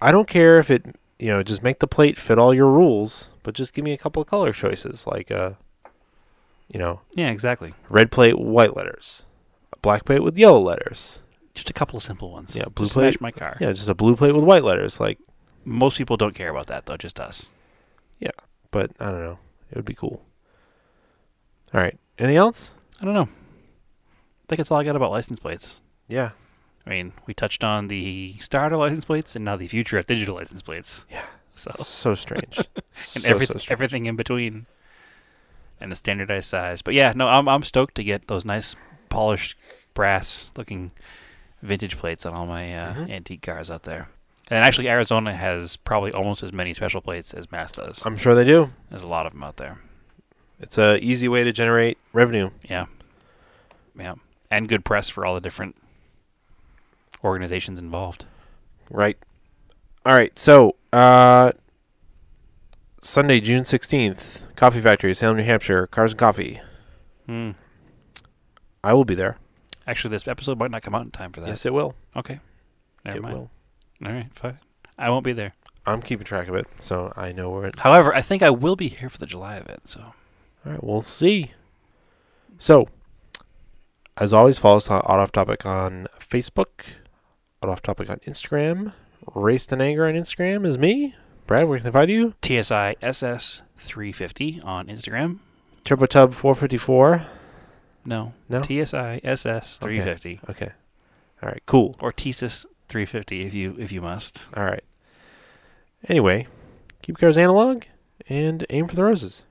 Speaker 1: I don't care if it you know, just make the plate fit all your rules, but just give me a couple of color choices like uh you know,
Speaker 2: Yeah, exactly.
Speaker 1: red plate white letters, a black plate with yellow letters.
Speaker 2: Just a couple of simple ones.
Speaker 1: Yeah, blue
Speaker 2: Just to match
Speaker 1: plate.
Speaker 2: my car.
Speaker 1: Yeah, just a blue plate with white letters like
Speaker 2: Most people don't care about that though, just us.
Speaker 1: but I don't know. It would be cool. All right. Anything else?
Speaker 2: I don't know. I think that's all I got about license plates.
Speaker 1: Yeah.
Speaker 2: I mean, we touched on the starter license plates and now the future of digital license plates.
Speaker 1: Yeah.
Speaker 2: So
Speaker 1: So strange.
Speaker 2: and
Speaker 1: so,
Speaker 2: everyth-
Speaker 1: so strange.
Speaker 2: everything in between, and the standardized size. But yeah, no, I'm I'm stoked to get those nice polished brass looking vintage plates on all my uh,
Speaker 1: Mhm.
Speaker 2: antique cars out there. And actually, Arizona has probably almost as many special plates as Mass does.
Speaker 1: I'm sure they do.
Speaker 2: There's a lot of them out there.
Speaker 1: It's a easy way to generate revenue.
Speaker 2: Yeah, yeah, and good press for all the different organizations involved.
Speaker 1: Right. All right. So, uh, Sunday, June 16th, Coffee Factory, Salem, New Hampshire, Cars and Coffee.
Speaker 2: Hmm.
Speaker 1: I will be there.
Speaker 2: Actually, this episode might not come out in time for that.
Speaker 1: Yes, it will.
Speaker 2: Okay. Never
Speaker 1: it
Speaker 2: mind.
Speaker 1: will.
Speaker 2: All right, fine. I won't be there.
Speaker 1: I'm keeping track of it, so I know where it.
Speaker 2: However, I think I will be here for the July event. So
Speaker 1: All right. We'll see. So, as always, follow us on Odd Off Topic on Facebook, Odd Off Topic on Instagram. Race and Anger on Instagram is me. Brad, where can they find you?
Speaker 2: TSI SS 350 on Instagram.
Speaker 1: Turbo Tub 454.
Speaker 2: No,
Speaker 1: No?
Speaker 2: TSI SS 350
Speaker 1: Okay. All right. Cool.
Speaker 2: or TSIS 350 if you if you must.
Speaker 1: All right. Anyway, keep cars analog and aim for the roses.